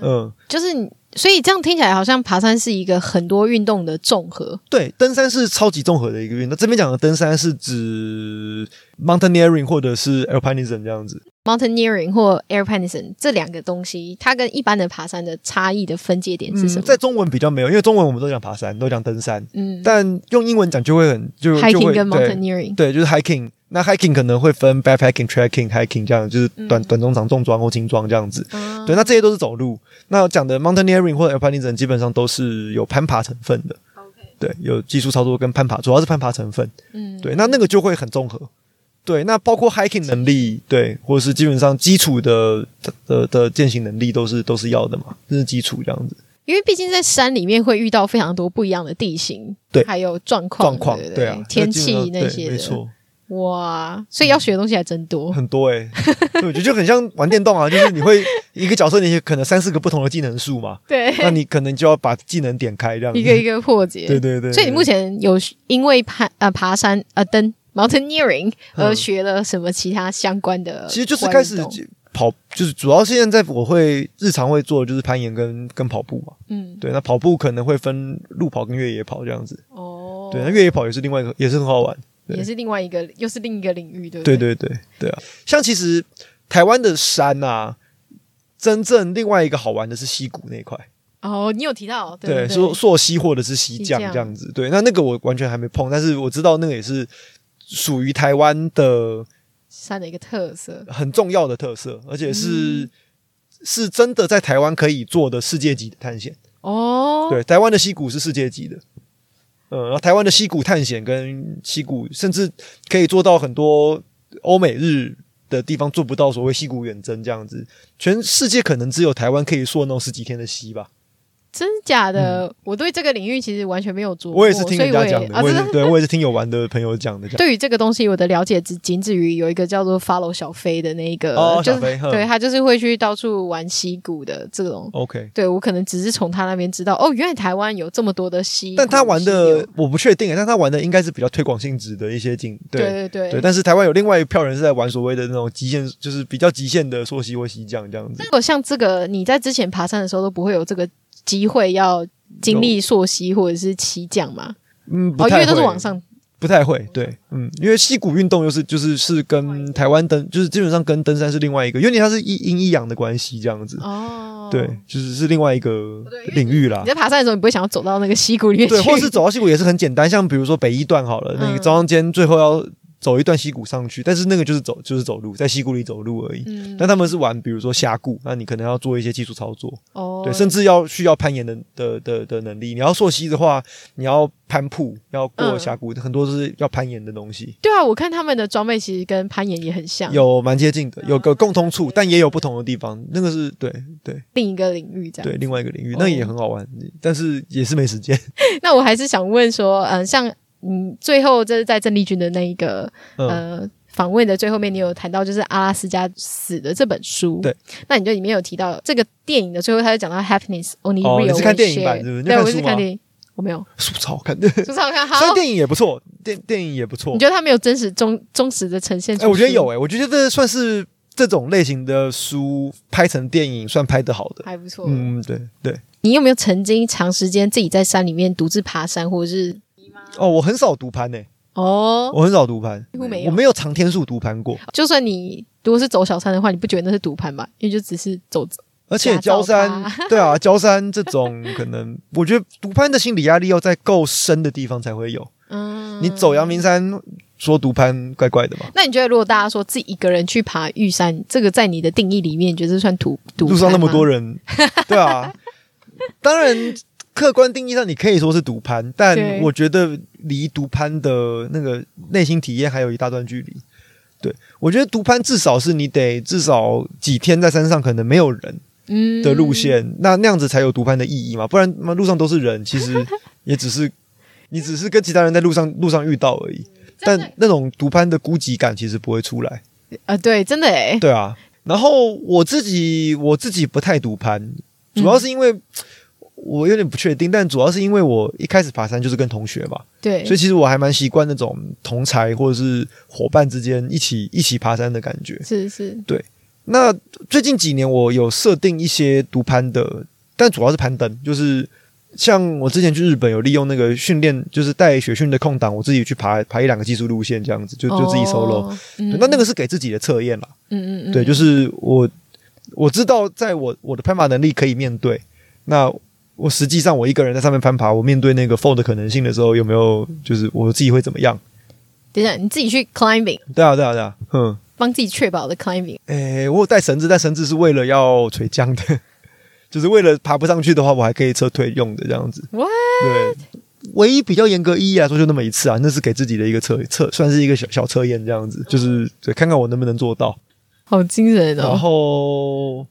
嗯，
就是你，所以这样听起来好像爬山是一个很多运动的综合。
对，登山是超级综合的一个运动。这边讲的登山是指 mountaineering 或者是 alpinism 这样子。
Mountaineering 或 alpinism 这两个东西，它跟一般的爬山的差异的分界点是什
嗯，
么？
在中文比较没有，因为中文我们都讲爬山，都讲登山，
嗯
但用英文讲就会很就就
，hiking
会
跟
对
mountaineering。
对，就是 hiking。那 hiking 可能会分 backpacking、trekking、hiking 这样，就是短、短中长重装或轻装这样子。
嗯
对，那这些都是走路。那讲的 mountaineering 或者 alpinism 基本上都是有攀爬成分的。对，有技术操作跟攀爬，主要是攀爬成分。
嗯，
对，那那个就会很综合。对，那包括 hiking 能力，对，或者是基本上基础的的的的践行能力都是都是要的嘛，这是基础这样子。
因为毕竟在山里面会遇到非常多不一样的地形，
对
还有状况，
状况
对不
对啊，
天
那基本
气
上
那
对
些
没
的，哦
错，
哇，所以要学的东西还真 多。
很多哎、对我觉得就很像玩电动啊，就是你会一个角色，你可能三四个不同的技能 数嘛，
对，
那你可能就要把技能点开这样子。
一个一个破解。
对对对，
所以你目前有因为爬呃爬山呃登 mountaineering
嗯
而学了什么其他相关的？
其实就是开始跑，就是主要现在我会日常会做的就是攀岩跟跟跑步嘛。
嗯
对，那跑步可能会分路跑跟越野跑这样子。
哦，
对，那越野跑也是另外一个，也是很好玩。对
也是另外一个又是另一个领域，对不
对
对
对对对啊，像其实台湾的山啊，真正另外一个好玩的是溪谷那一块，
哦，你有提到对
对，
对
说溯溪或者是溪
溪
降
降
这样子。对，那那个我完全还没碰，但是我知道那个也是属于台湾的
山的一个特色，
很重要的特色，而且是、
嗯
是真的在台湾可以做的世界级的探险。
哦，
对，台湾的溪谷是世界级的。嗯，然后台湾的溪谷探险跟溪谷，甚至可以做到很多欧美日的地方做不到所谓溪谷远征这样子。全世界可能只有台湾可以溯那种十几天的溪吧。
真假的，我对这个领域其实完全没有琢磨，
嗯我也是听
哦所以
人
我也
家讲的，
啊，
我
真
也
的
是对我也是听有玩的朋友讲 的这样。
对于这个东西，我的了解只仅止于有一个叫做 “follow 小飞”的那一个，
哦
就是
小飞哼
对他就是会去到处玩溪谷的这种。
OK，
对我可能只是从他那边知道，哦，原来台湾有这么多的溪谷，
但他玩
溪
的
流
我不确定，欸但他玩的应该是比较推广性质的一些景，对
对对
对。但是台湾有另外一票人是在玩所谓的那种极限，就是比较极限的溯溪或溪降这样子
如。果像这个，你在之前爬山的时候都不会有这个机会要经历溯溪或者是骑降嘛？
嗯，不
哦，因
太
为都是
会
往上，
不太会，对，嗯，因为溪谷运动又是就是是跟台湾登，就是基本上跟登山是另外一个，有点它是一阴一阳的关系这样子，
哦，
对，就是是另外一个领域啦
你。在爬山的时候，你不会想要走到那个溪谷里面去，
对，或是走到溪谷也是很简单，像比如说北一段好了，那
嗯
你早上间最后要走一段溪谷上去，但是那个就是走就是走路，在溪谷里走路而已。
嗯
但他们是玩比如说峡谷，那你可能要做一些技术操作，
哦，
对，甚至要需要攀岩的的的的能力。你要溯溪的话，你要攀瀑，要过
嗯
峡谷，很多都是要攀岩的东西。
对啊，我看他们的装备其实跟攀岩也很像，
有蛮接近的，
嗯
有个共通处，但也有不同的地方。那个是对对
另一个领域这样。
对，另外一个领域
哦，
那也很好玩，但是也是没时间。
那我还是想问说，嗯、像嗯，最后这是在郑丽君的那一个
嗯，
呃访问的最后面，你有谈到就是《阿拉斯加死的》这本书，
对，
那你就里面有提到这个电影的最后，他就讲到 happiness only
哦
real，
你是看
will
电影版
share
是不是你
对，
有看
我是
书
看
吗
电影，我没有，
书超好看的，所
就是好看， 好
以，电影也不错，电电影也不错
你。觉得他没有真实忠忠实的呈现出？
哎，我觉得有，哎，我觉得这算是这种类型的书拍成电影算拍得好的。
还不错。
嗯，对对。
你有没有曾经长时间自己在山里面独自爬山，或者是
哦，我很少读盘诶，
哦，
我很少读盘，
几乎没有
我没有长天数读盘过。
就算你如果是走小山的话，你不觉得那是独攀吧？因为就只是走
而且焦山
驾照，
对啊，焦山这种可能，我觉得读盘的心理压力要在够深的地方才会有。
嗯，
你走阳明山说独攀怪怪的嘛？
那你觉得，如果大家说自己一个人去爬玉山，这个在你的定义里面，你觉得算独独攀
路上那么多
人，
人，对啊，当然客观定义上你可以说是独攀，但
对
我觉得离独攀的那个内心体验还有一大段距离。对，我觉得独攀至少是你得至少几天在山上可能没有人，
嗯
的路线，那那样子才有读盘的意义嘛，不然嘛路上都是人，其 实也只是你只是跟其他人在路上路上遇到而已，
真的
但那种读盘的孤寂感其实不会出来，
啊、对，真的哎，
对啊。然后我自己我自己不太读盘，主要是因为。我有点不确定，但主要是因为我一开始爬山就是跟同学嘛，
对，
所以其实我还蛮习惯那种同才或者是伙伴之间一起一起爬山的感觉。
是是，
那最近几年我有设定一些读攀的，但主要是攀登，就是像我之前去日本有利用那个训练，就是带雪训的空档，我自己去爬爬一两个技术路线这样子，就就自己 solo、
哦
对
嗯
那那个是给自己的测验啦，
嗯嗯嗯，
对，就是我我知道在我我的攀爬能力可以面对，那我实际上我一个人在上面攀爬，我面对那个 fold 的可能性的时候，有没有就是我自己会怎么样？
等一下你自己去 climbing，
对啊，对啊，对啊，嗯，
帮自己确保的 climbing，
诶、我有带绳子，但绳子是为了要垂降的，就是为了爬不上去的话，我还可以撤退用的这样子。
What？
对，唯一比较严格意义来说，就那么一次啊，那是给自己的一个测测，算是一个小小测验这样子，就是对，看看我能不能做到。
好惊人
然
哦！
后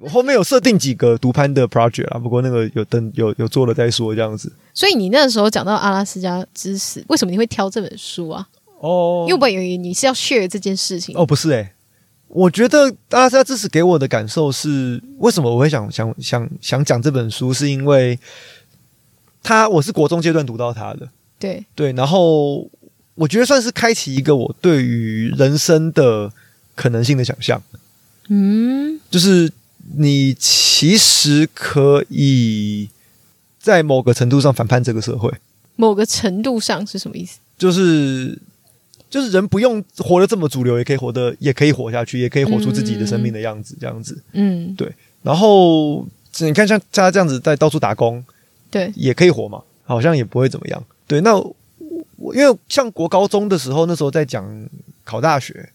我后面有设定几个独攀的 project 啊，不过那个有等有有做了再说这样子。
所以你那时候讲到阿拉斯加之死，为什么你会挑这本书啊？
哦
因为我本以为你是要 share 这件事情。
哦，不是诶、我觉得阿拉斯加之死给我的感受是，为什么我会想想想想讲这本书，是因为它我是国中阶段读到它的，
对，
对，然后我觉得算是开启一个我对于人生的可能性的想象，
嗯，
就是你其实可以在某个程度上反叛这个社会，
某个程度上是什么意思？
就是就是人不用活得这么主流，也可以活得也可以活下去，也可以活出自己的生命的样子，这样子。
嗯，
然后你看像他这样子在到处打工
对，
也可以活嘛，好像也不会怎么样。对，那我我因为像国高中的时候，那时候在讲考大学，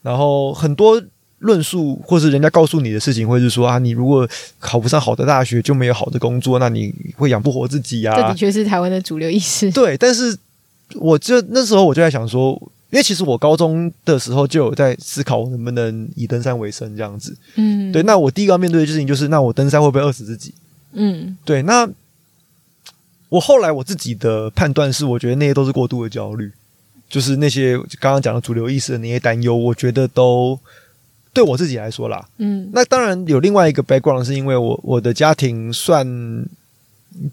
然后很多论述或是人家告诉你的事情，会是说啊，你如果考不上好的大学，就没有好的工作，那你会养不活自己呀、
这的
啊。
确是台湾的主流意识。
对，但是我就那时候我就在想说。因为其实我高中的时候就有在思考，我能不能以登山为生这样子。
嗯，
对，，那我第一个要面对的事情就是，那我登山会不会饿死自己？
嗯，
对，那我后来我自己的判断是，我觉得那些都是过度的焦虑，就是那些刚刚讲的主流意识的那些担忧，我觉得都对我自己来说啦。
嗯，
那当然有另外一个 background，是因为我我的家庭算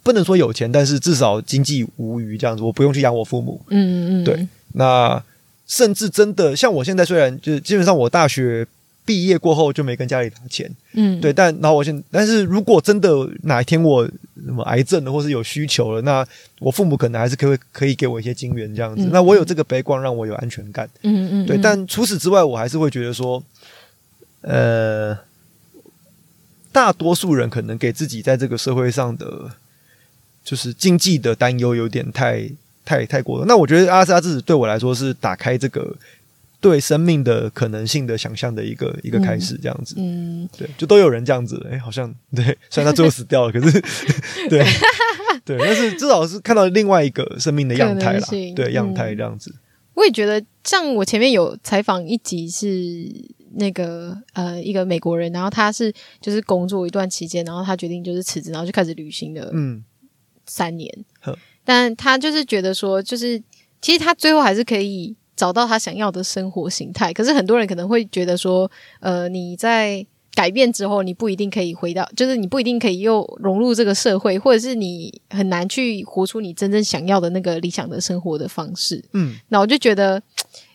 不能说有钱，但是至少经济无余这样子，我不用去养我父母。
嗯嗯，
对，那甚至真的像我现在虽然就是基本上我大学毕业过后就没跟家里拿钱，
嗯，
对，，但然后我现，但是如果真的哪一天我什么癌症了，或是有需求了，那我父母可能还是可以可以给我一些金援这样子。
嗯
那我有这个悲观，让我有安全感。
嗯嗯，
对，
嗯
但除此之外，我还是会觉得说，呃，大多数人可能给自己在这个社会上的就是经济的担忧有点太太太过了。那我觉得阿拉斯加之子对我来说是打开这个对生命的可能性的想象的一个一个开始，这样子。
嗯，
对，就都有人这样子，哎、好像对，虽然他最后死掉了，可 是对对，但是至少是看到另外一个生命的样态
可
啦
能性，
对，样态
嗯
这样子，
我也觉得，像我前面有采访一集是那个呃一个美国人，然后他是就是工作一段期间，然后他决定就是辞职，然后就开始旅行的
嗯
三年
呵，
但他就是觉得说，就是其实他最后还是可以找到他想要的生活形态。可是很多人可能会觉得说，呃，你在改变之后，你不一定可以回到，就是你不一定可以又融入这个社会，或者是你很难去活出你真正想要的那个理想的生活的方式。
嗯
那我就觉得，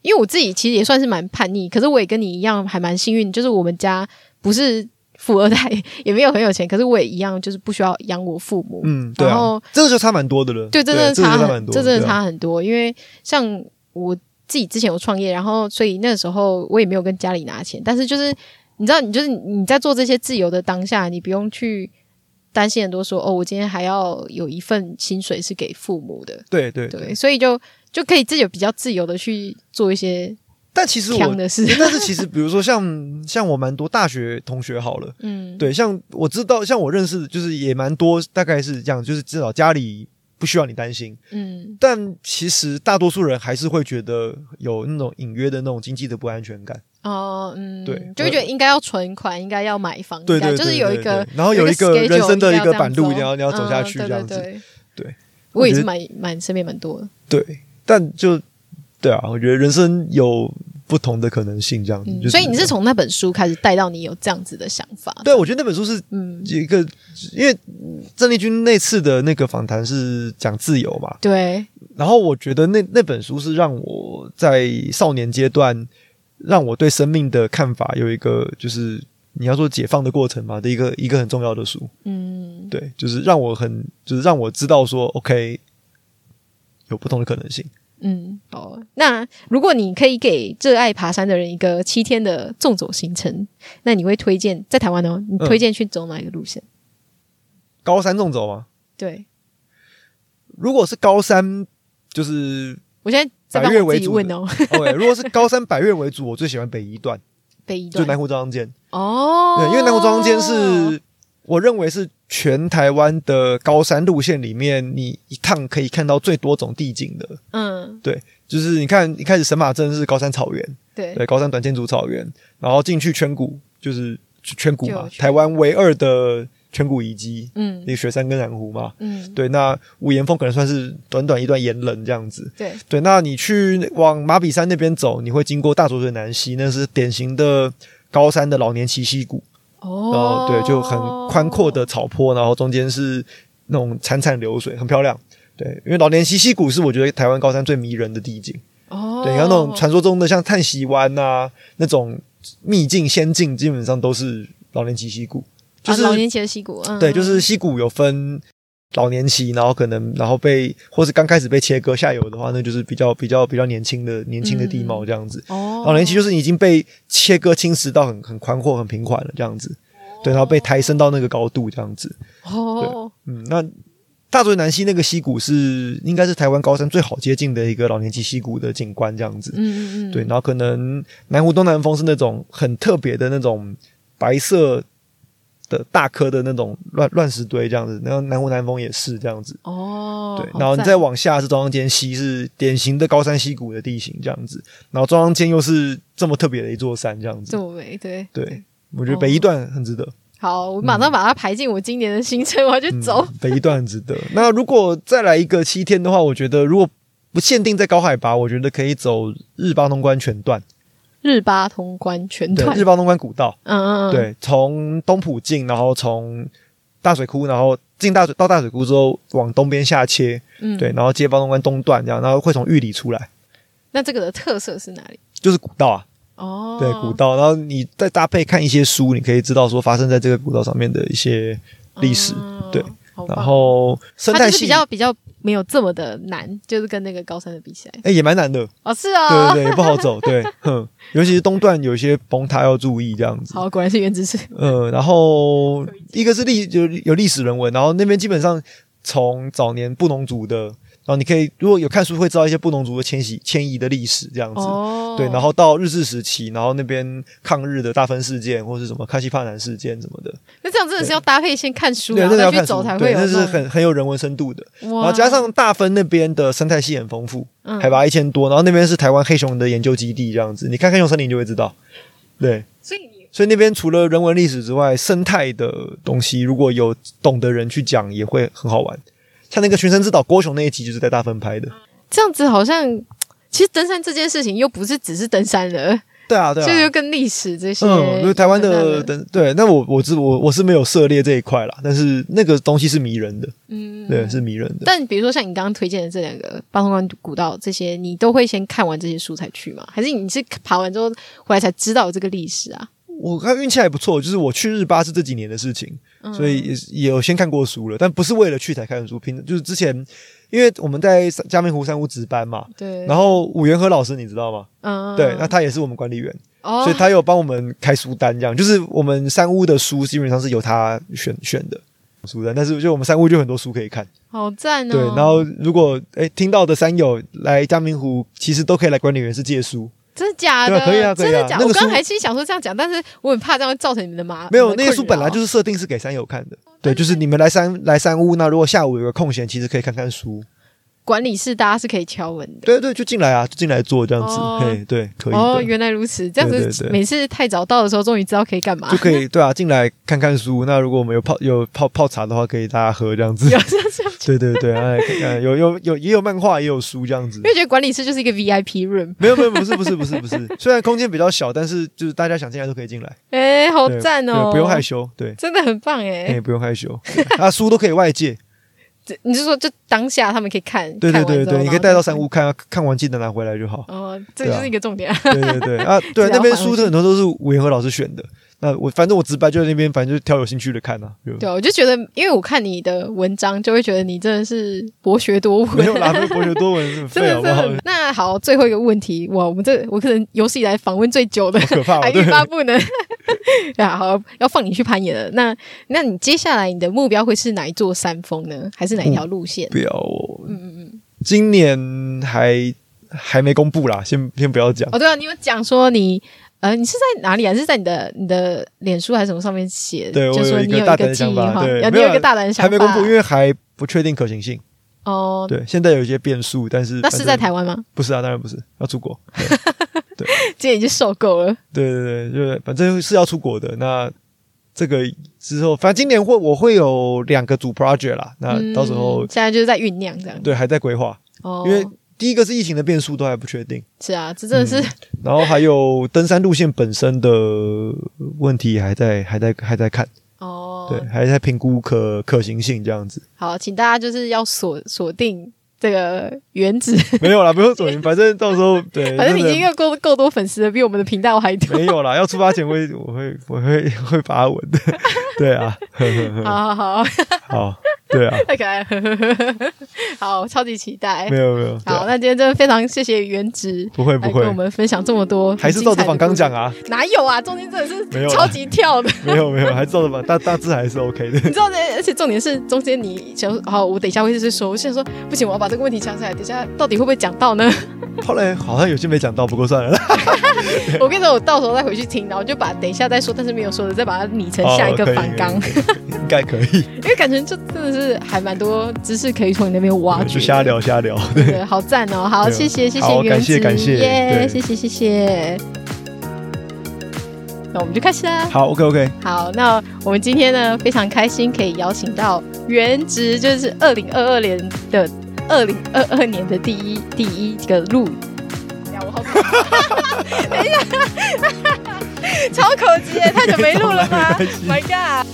因为我自己其实也算是蛮叛逆，可是我也跟你一样还蛮幸运，就是我们家不是富二代， 也没有很有钱，可是我也一样就是不需要养我父母。
嗯，对
然
啊
后，
这个就差蛮多的了，
对，真的
这个
差
就
很
蛮多，
这真的
对啊
差很多。因为像我自己之前有创业，然后所以那时候我也没有跟家里拿钱，但是就是你知道，你就是你在做这些自由的当下，你不用去担心很多说哦，我今天还要有一份薪水是给父母的，
对对
对，所以就就可以自己比较自由的去做一些
但其实
强
我，
的事，
但是其实比如说像像我蛮多大学同学好了，
嗯，
对，像我知道，像我认识的就是也蛮多，大概是这样，就是至少家里不需要你担心，
嗯，
但其实大多数人还是会觉得有那种隐约的那种经济的不安全感。
嗯哦，嗯，
对
就会觉得应该要存款，应该要买房，
对
这
对，
样就是
对
有一
对
个
对，然后有一个
schedule
人生的一
一
个板路，你
定
要你要走下去
这
这
样
样
走嗯
子，
对对对
对，
我也
我
是
觉得
蛮蛮身边蛮多的，
对，但就对啊，我觉得人生有不同的可能性，这样子。
嗯
就
所以你是从那本书开始带到你有这样子的想法，
对，我觉得那本书是
嗯，
一个，因为郑丽君那次的那个访谈是讲自由嘛，
对，
然后我觉得那那本书是让我在少年阶段，让我对生命的看法有一个就是你要说解放的过程嘛的一个一个很重要的书。
嗯，
对，就是让我很，就是让我知道说，OK，有不同的可能性。
嗯，哦，那如果你可以给热爱爬山的人一个七天的纵走行程，那你会推荐在台湾哦，你推荐去走哪一个路线？
嗯高山纵走吗？
对
如果是高山，就是
我现在在
百
帮
越
我
为
自己
主
问
的
哦，
OK，如果是高山百越为主，我最喜欢北一段，
北一
就
段
南湖中央间。
哦，
对，因为南湖中央间是我认为是全台湾的高山路线里面，你一趟可以看到最多种地景的。
嗯，
就是你看一开始神马镇是高山草原，
对，
对，高山短建筑草原，然后进去圈谷，就是圈谷
就
嘛
有，圈
台湾唯二的圈谷遗迹，
嗯
那个雪山跟南湖嘛。
嗯，
对，那五岩峰可能算是短短一段岩棱这样子。
对，
对，那你去往马比山那边走，你会经过大浊水南溪，那是典型的高山的老年栖息谷，然后
哦，
对，就很宽阔的草坡，然后中间是那种潺潺流水，很漂亮。对，因为老年栖息谷是我觉得台湾高山最迷人的地景。
哦，
对，像那种传说中的像叹息湾呐、那种秘境仙境，基本上都是老年期溪谷，就是、
啊老年期的溪谷，嗯，
对，就是溪谷有分老年期，然后可能然后被或是刚开始被切割下游的话，那就是比较比较比较年轻的年轻的地貌这样子。
哦，
老年期就是你已经被切割侵蚀到很很宽阔、很平缓了这样子，对，然后被抬升到那个高度这样子。
哦，
嗯，那大竹南溪那个溪谷是应该是台湾高山最好接近的一个老年期溪谷的景观这样子。
嗯嗯嗯，
对，然后可能南湖东南风是那种很特别的那种白色的大颗的那种乱乱石堆这样子，然后南湖南风也是这样子。
哦，
对，
好
然后你
赞
再往下是中央间溪，是典型的高山溪谷的地形这样子，然后中央间又是这么特别的一座山这样
这
子。
么美，对，哦
对，我觉得北一段很值得，
好，我马上把它排进我今年的行程，我要去
嗯
走。
北一段很值得。那如果再来一个七天的话，我觉得如果不限定在高海拔，我觉得可以走日巴东关全段，
日巴通关全
对，
段，
日巴东关古道。
嗯嗯，嗯，
对，从东浦进，然后从大水库，然后进大水到大水库之后往东边下切，
嗯，哦
对，。然后接包东关东段这样，然后会从玉里出来，
那这个的特色是哪里？
就是古道啊，
哦，
对，古道，然后你再搭配看一些书，你可以知道说发生在这个古道上面的一些历史，
嗯
对，
好棒
然后生
它
态
就是
系
比。较比较没有这么的难，就是跟那个高山的比起来，
哎、也蛮难的，
哦，是
对
哦，
对对，也不好走， 对，哼，尤其是东段有一些崩塌要注意这样子。
好，果然是原知识，
呃，然后一个是历有有历史人文，然后那边基本上从早年布农族的，然后你可以如果有看书会知道一些布农族的迁徙迁移的历史这样子。
哦，
对，然后到日治时期，然后那边抗日的大分事件，或是什么康熙帕南事件什么的，
那这样真的是要搭配先看书，
对，
然
那
后
个
再
要
去
看
走
书
才，会
对，
有
那
那
是
种，
很很有人文深度的。然
哇，
后加上大分那边的生态系很丰富，
嗯
海拔一千多，然后那边是台湾黑熊的研究基地，这样子，你看黑熊森林就会知道。对，
所以你
所以那边除了人文历史之外，生态的东西如果有懂的人去讲，也会很好玩。像那个群山之岛郭雄那一集就是在大分拍的，
这样子好像，其实登山这件事情又不是只是登山了，
对啊，对
就又
啊。
跟历史这些，
嗯，就是台湾
有
的
关的，
等对，那我我是我我是没有涉猎这一块啦，但是那个东西是迷人的，
嗯，
对，是迷人的。
但比如说像你刚刚推荐的这两个八通关古道这些，你都会先看完这些书才去吗？还是你是爬完之后回来才知道有这个历史啊？
我看运气还不错，就是我去日巴是这几年的事情，
嗯
所以也是也有先看过书了，但不是为了去才看书，平就是之前因为我们在嘉明湖山屋值班嘛，
对，
然后伍元和老师你知道吗？
嗯，
对，那他也是我们管理员。
哦，
所以他有帮我们开书单，这样就是我们三屋的书基本上是由他选选的书单，但是就我们三屋就很多书可以看。
好赞哦，
对，然后如果哎听到的山友来嘉明湖，其实都可以来管理员室借书，
真的假
对
的？
啊可以啊可以啊
真的假？
那个
我刚
书
刚还心想说这样讲，但是我很怕这样会造成你们的麻，
没有
你们
那些
的
书
困
本来
扰
就是设定是给山友看的。对，就是你们来山来山屋，那如果下午有个空闲，其实可以看看书。
管理室大家是可以敲门的。
对对，就进来啊，就进来做这样子，
哦
嘿，对，可以的，
哦，原来如此，这样
对
子
对对
每次太早到的时候，终于知道可以干嘛
就。可以对啊，进来看看书。那如果我们有泡有泡泡茶的话，可以大家喝这样子。
有这样这样，
对对对，哎，看看有有有也有漫画，也有书这样子
因。为觉得管理室就是一个 VIP room，
没有没有，不是不是不是不是，虽然空间比较小，但是就是大家想进来都可以进来，
哎、好
对
赞哦、
对，不用害羞，对，
真的很棒哎、
哎，不用害羞， 对啊，书都可以外借，
这你是说就当下他们可以看？
对对
看完
对
之后
对，你可以
马上
带到山屋看，看完记得拿回来就好。
哦，这个就是一个重点啊。
对对对啊，对 啊
只要
那边
还回
书
去
很多都是吴彦和老师选的。那我反正我直白就在那边，反正就挑有兴趣的看啊。就
对，我就觉得，因为我看你的文章，就会觉得你真的是博学多
没
闻。
有啦，没有博学多闻， 很
真
废
的
好
真
不好？
的，那好，最后一个问题，哇，我们这我可能有史以来访问最久的，
好可怕哦，
还
对
欲。罢不能。对啊， 好，要放你去攀岩了。那那你接下来你的目标会是哪一座山峰呢？还是哪一条路线？
不要哦。嗯嗯嗯，今年还还没公布啦，先先不要讲。
哦，对啊，你有讲说你呃，你是在哪里啊？是在你的你的脸书还是什么上面写？
对我
就说
有一
你
个
有
大
一
胆
个
的
计
想法
划，
对
啊你
没有
有一个大胆的想
还
法，
没公布，因为还不确定可行性。
哦，
对，现在有一些变数，但是
那是
反
在
正
台湾吗？
不是啊，当然不是，要出国。
这已经受够了。
对对对，就是反正是要出国的。那这个之后，反正今年会我会有两个主 project 啦。那
嗯
啊到时候、
现在就是在酝酿这样。
对还在规划，
哦，
因为第一个是疫情的变数都还不确定，
是啊，这真的是、
然后还有登山路线本身的问题还在还在还在看，对，
哦。
还在评估可可行性这样子。
好，请大家就是要锁锁定这个原子，
没有啦，不用走心，反正到 时候对，
反正你已
真的
经有够够多粉丝了，比我们的频道还多
没。有啦，要出发前我会我会我会 会把它稳的，对啊，呵呵呵
好好好，
好，对啊，
太可爱了，呵呵呵呵好，超级期待
没。有没有，对
好，
啊
那今天真的非常谢谢原子
不会
来
不
跟
会
我，们分享这么多，
还是照着仿刚讲
啊？
啊，
哪有啊？中间真
没有
的是
啊
超级跳的。
没有没有，还是照着仿大大致还是 OK 的
你，知道呢，而且重点是中间你想说好，我等一下会是说，我现在说不行，我要把这个问题讲起来，等一下到底会不会讲到呢？
后来好像有些没讲到，不过算了啦，
我跟你说，我到时候再回去听，然后就把等一下再说，但是没有说的再把它拟成下一个
哦可以
反纲，
可以可以应该可以，
因为感觉这真的是还蛮多知识可以从你那边挖掘
就。瞎聊瞎聊， 对。
对，好赞哦！ 好，
对
谢谢，谢
好
谢原子，
感谢感谢
耶，
对
谢谢，谢谢。那我们就开始啦。
好，OK OK，
好，那我们今天呢非常开心可以邀请到原职就是二零二二年的二零二二年的第一第一个录。等一下我好 可 等一下，超口急耶，太久没录了吗
没关系
？My God！